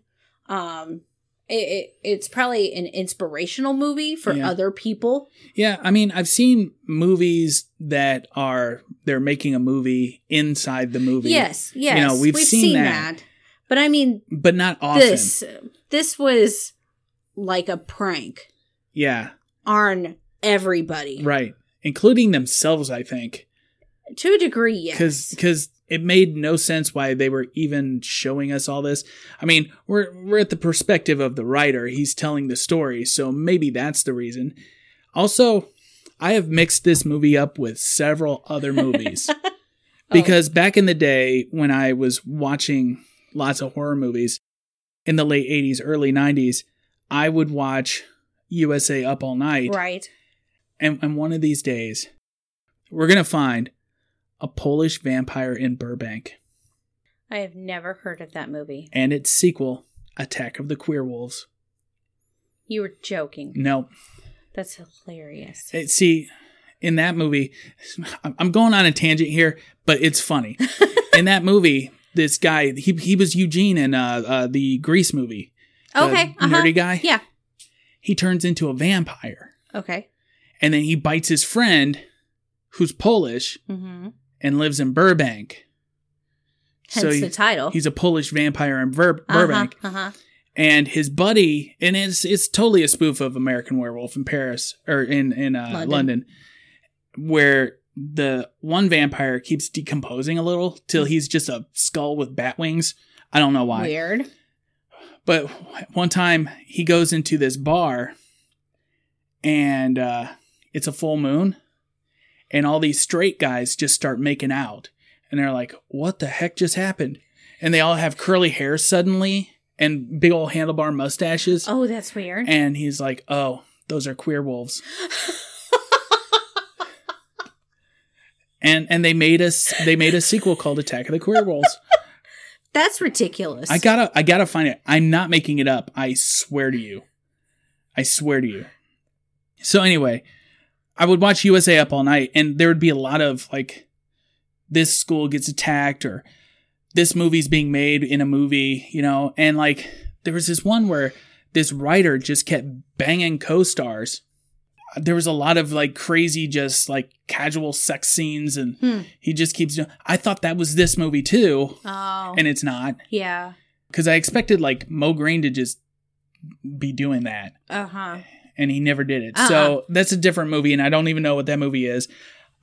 Speaker 5: Um, it, it, it's probably an inspirational movie for
Speaker 4: Yeah.
Speaker 5: other people.
Speaker 4: Yeah, I mean, I've seen movies that are they're making a movie inside the movie.
Speaker 5: Yes, yes,
Speaker 4: know, we've seen that.
Speaker 5: But I mean,
Speaker 4: but not often.
Speaker 5: this this was like a prank
Speaker 4: Yeah,
Speaker 5: on everybody
Speaker 4: right, including themselves. I think
Speaker 5: to a degree.
Speaker 4: because
Speaker 5: Yes,
Speaker 4: it made no sense why they were even showing us all this. I mean, we're we're at the perspective of the writer. He's telling the story, so maybe that's the reason. Also, I have mixed this movie up with several other movies. because back in the day when I was watching lots of horror movies in the late 80s, early 90s, I would watch USA Up All Night.
Speaker 5: right.
Speaker 4: And, and one of these days, we're going to find a Polish vampire in Burbank
Speaker 5: I have never heard of that movie.
Speaker 4: and its sequel, Attack of the Queer Wolves.
Speaker 5: You were joking.
Speaker 4: No,
Speaker 5: That's hilarious.
Speaker 4: it, see, in that movie, I'm- I'm going on a tangent here, but it's funny. in that movie, this guy, he, he was Eugene in uh, uh, the Grease movie. the
Speaker 5: okay, uh-huh.
Speaker 4: nerdy guy?
Speaker 5: Yeah.
Speaker 4: He turns into a vampire
Speaker 5: Okay.
Speaker 4: and then he bites his friend who's Polish
Speaker 5: Mm-hmm.
Speaker 4: and lives in Burbank.
Speaker 5: Hence
Speaker 4: So he-
Speaker 5: the title.
Speaker 4: He's a Polish vampire in Bur- Burbank.
Speaker 5: Uh huh.
Speaker 4: and his buddy, and it's it's totally a spoof of American Werewolf in Paris or in in uh, London.
Speaker 5: London.
Speaker 4: where the one vampire keeps decomposing a little till he's just a skull with bat wings. I don't know why,
Speaker 5: Weird.
Speaker 4: but one time he goes into this bar, and uh, it's a full moon, and all these straight guys just start making out, and they're like, "What the heck just happened?" And they all have curly hair suddenly and big old handlebar mustaches.
Speaker 5: Oh, that's weird.
Speaker 4: And he's like, "Oh, those are queer wolves." and and they made us they made a sequel called Attack of the Queer Wolves.
Speaker 5: that's ridiculous.
Speaker 4: I gotta I gotta find it. I'm not making it up. I swear to you. I swear to you. So anyway, I would watch USA Up all night, and there would be a lot of like, this school gets attacked, or this movie's being made in a movie, you know, and like there was this one where this writer just kept banging co-stars. There was a lot of like crazy, just like casual sex scenes, and
Speaker 5: Hmm.
Speaker 4: he just keeps doing. I thought that was this movie too,
Speaker 5: Oh,
Speaker 4: and it's not
Speaker 5: yeah.
Speaker 4: because I expected like Mo Green to just be doing that,
Speaker 5: Uh huh.
Speaker 4: and he never did it.
Speaker 5: Uh-uh.
Speaker 4: So that's a different movie, and I don't even know what that movie is.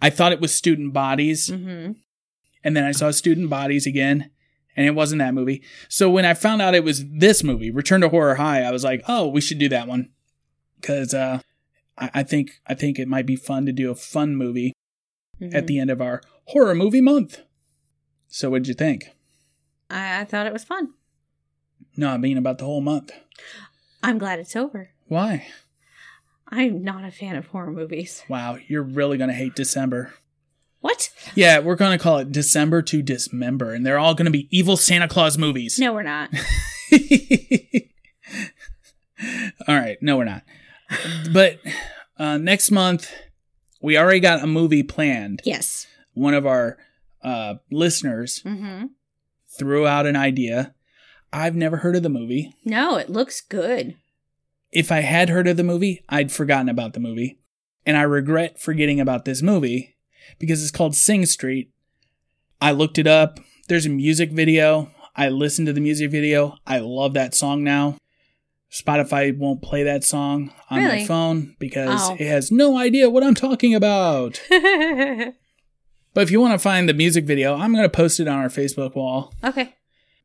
Speaker 4: I thought it was Student Bodies,
Speaker 5: Mm-hmm.
Speaker 4: and then I saw Student Bodies again, and it wasn't that movie. So when I found out it was this movie, Return to Horror High, I was like, oh, we should do that one because uh, I-, I think I think it might be fun to do a fun movie at the end of our horror movie month. So what'd you think?
Speaker 5: I, I thought it was fun.
Speaker 4: No, I mean about the whole month.
Speaker 5: I'm glad it's over.
Speaker 4: Why?
Speaker 5: I'm not a fan of horror movies.
Speaker 4: Wow, you're really going to hate December.
Speaker 5: What?
Speaker 4: Yeah, we're going to call it December to Dismember, and they're all going to be evil Santa Claus movies.
Speaker 5: No, we're not.
Speaker 4: all right, no, we're not. But uh, next month, we already got a movie planned.
Speaker 5: yes.
Speaker 4: One of our uh, listeners
Speaker 5: Mm-hmm.
Speaker 4: threw out an idea. I've never heard of the movie.
Speaker 5: No, it looks good.
Speaker 4: If I had heard of the movie, I'd forgotten about the movie. And I regret forgetting about this movie because it's called Sing Street. I looked it up. There's a music video. I listened to the music video. I love that song now. Spotify won't play that song on my
Speaker 5: Really?
Speaker 4: phone because
Speaker 5: Oh.
Speaker 4: it has no idea what I'm talking about.
Speaker 5: okay.
Speaker 4: But if you want to find the music video, I'm going to post it on our Facebook wall.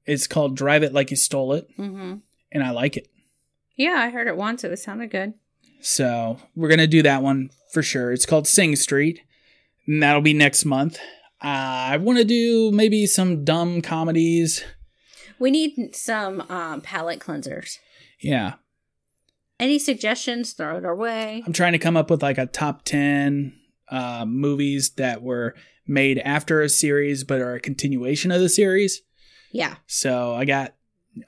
Speaker 4: It's called Drive It Like You Stole It,
Speaker 5: Mm-hmm.
Speaker 4: and I like it.
Speaker 5: Yeah, I heard it once. It sounded good.
Speaker 4: So we're gonna do that one for sure. It's called Sing Street, and that'll be next month. Uh, I want to do maybe some dumb comedies.
Speaker 5: We need some um, palate cleansers.
Speaker 4: Yeah,
Speaker 5: Any suggestions? Throw it our way.
Speaker 4: I'm trying to come up with like a top ten uh, movies that were made after a series but are a continuation of the series.
Speaker 5: Yeah.
Speaker 4: So I got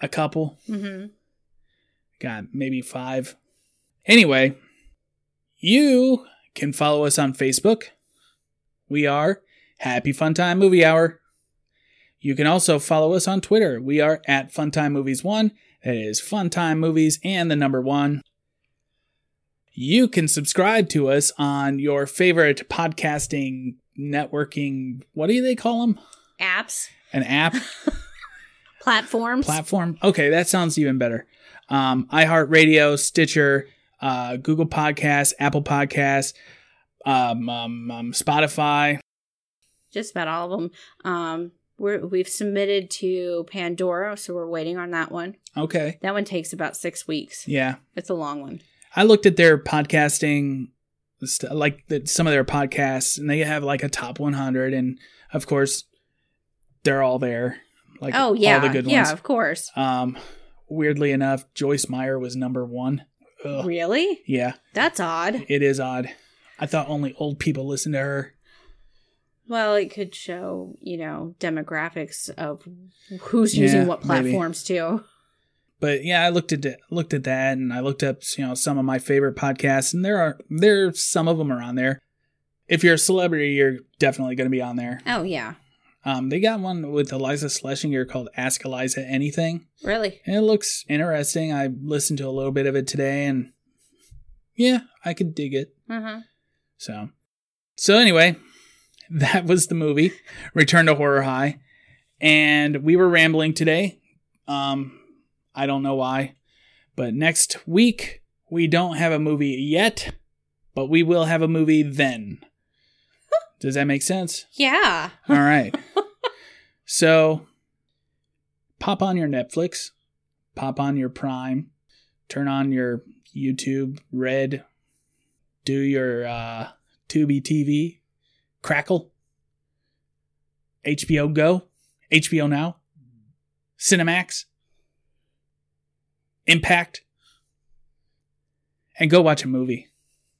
Speaker 4: a couple,
Speaker 5: Mm-hmm.
Speaker 4: got maybe five. Anyway, you can follow us on Facebook. We are Happy Fun Time Movie Hour. You can also follow us on Twitter. We are at Funtime Movies One. It is Fun Time Movies and the number one. You can subscribe to us on your favorite podcasting, networking, what do they call them?
Speaker 5: Apps,
Speaker 4: An app?
Speaker 5: platforms.
Speaker 4: platform. Okay, that sounds even better. Um, iHeartRadio, Stitcher, uh, Google Podcasts, Apple Podcasts, um, um, um, Spotify.
Speaker 5: just about all of them. Um, we're, we've submitted to Pandora, so we're waiting on that one.
Speaker 4: Okay,
Speaker 5: That one takes about six weeks.
Speaker 4: yeah.
Speaker 5: It's a long one.
Speaker 4: I looked at their podcasting, st- like the, some of their podcasts, and they have like a top 100, and of course, they're all there. Like
Speaker 5: oh yeah,
Speaker 4: all the good
Speaker 5: yeah,
Speaker 4: ones.
Speaker 5: of course.
Speaker 4: Um, weirdly enough, Joyce Meyer was number one. Ugh.
Speaker 5: Really?
Speaker 4: Yeah,
Speaker 5: That's odd.
Speaker 4: it is odd. I thought only old people listened to her.
Speaker 5: Well, it could show you know demographics of who's using
Speaker 4: Yeah,
Speaker 5: what
Speaker 4: maybe.
Speaker 5: platforms too.
Speaker 4: but yeah, I looked at looked at that, and I looked up you know some of my favorite podcasts, and there are there some of them are on there. If you're a celebrity, you're definitely going to be on there.
Speaker 5: Oh yeah,
Speaker 4: Um, they got one with Eliza Schlesinger called "Ask Eliza Anything,"
Speaker 5: really?
Speaker 4: and it looks interesting. I listened to a little bit of it today, and yeah, I could dig it.
Speaker 5: Uh huh.
Speaker 4: So, so anyway, that was the movie Return to Horror High, and we were rambling today. Um, I don't know why, but next week we don't have a movie yet, but we will have a movie then. Does that make sense?
Speaker 5: Yeah.
Speaker 4: All right. so, pop on your Netflix, pop on your Prime, turn on your YouTube Red, do your uh, Tubi TV, Crackle, HBO Go, HBO Now, Cinemax, Impact, and go watch a movie.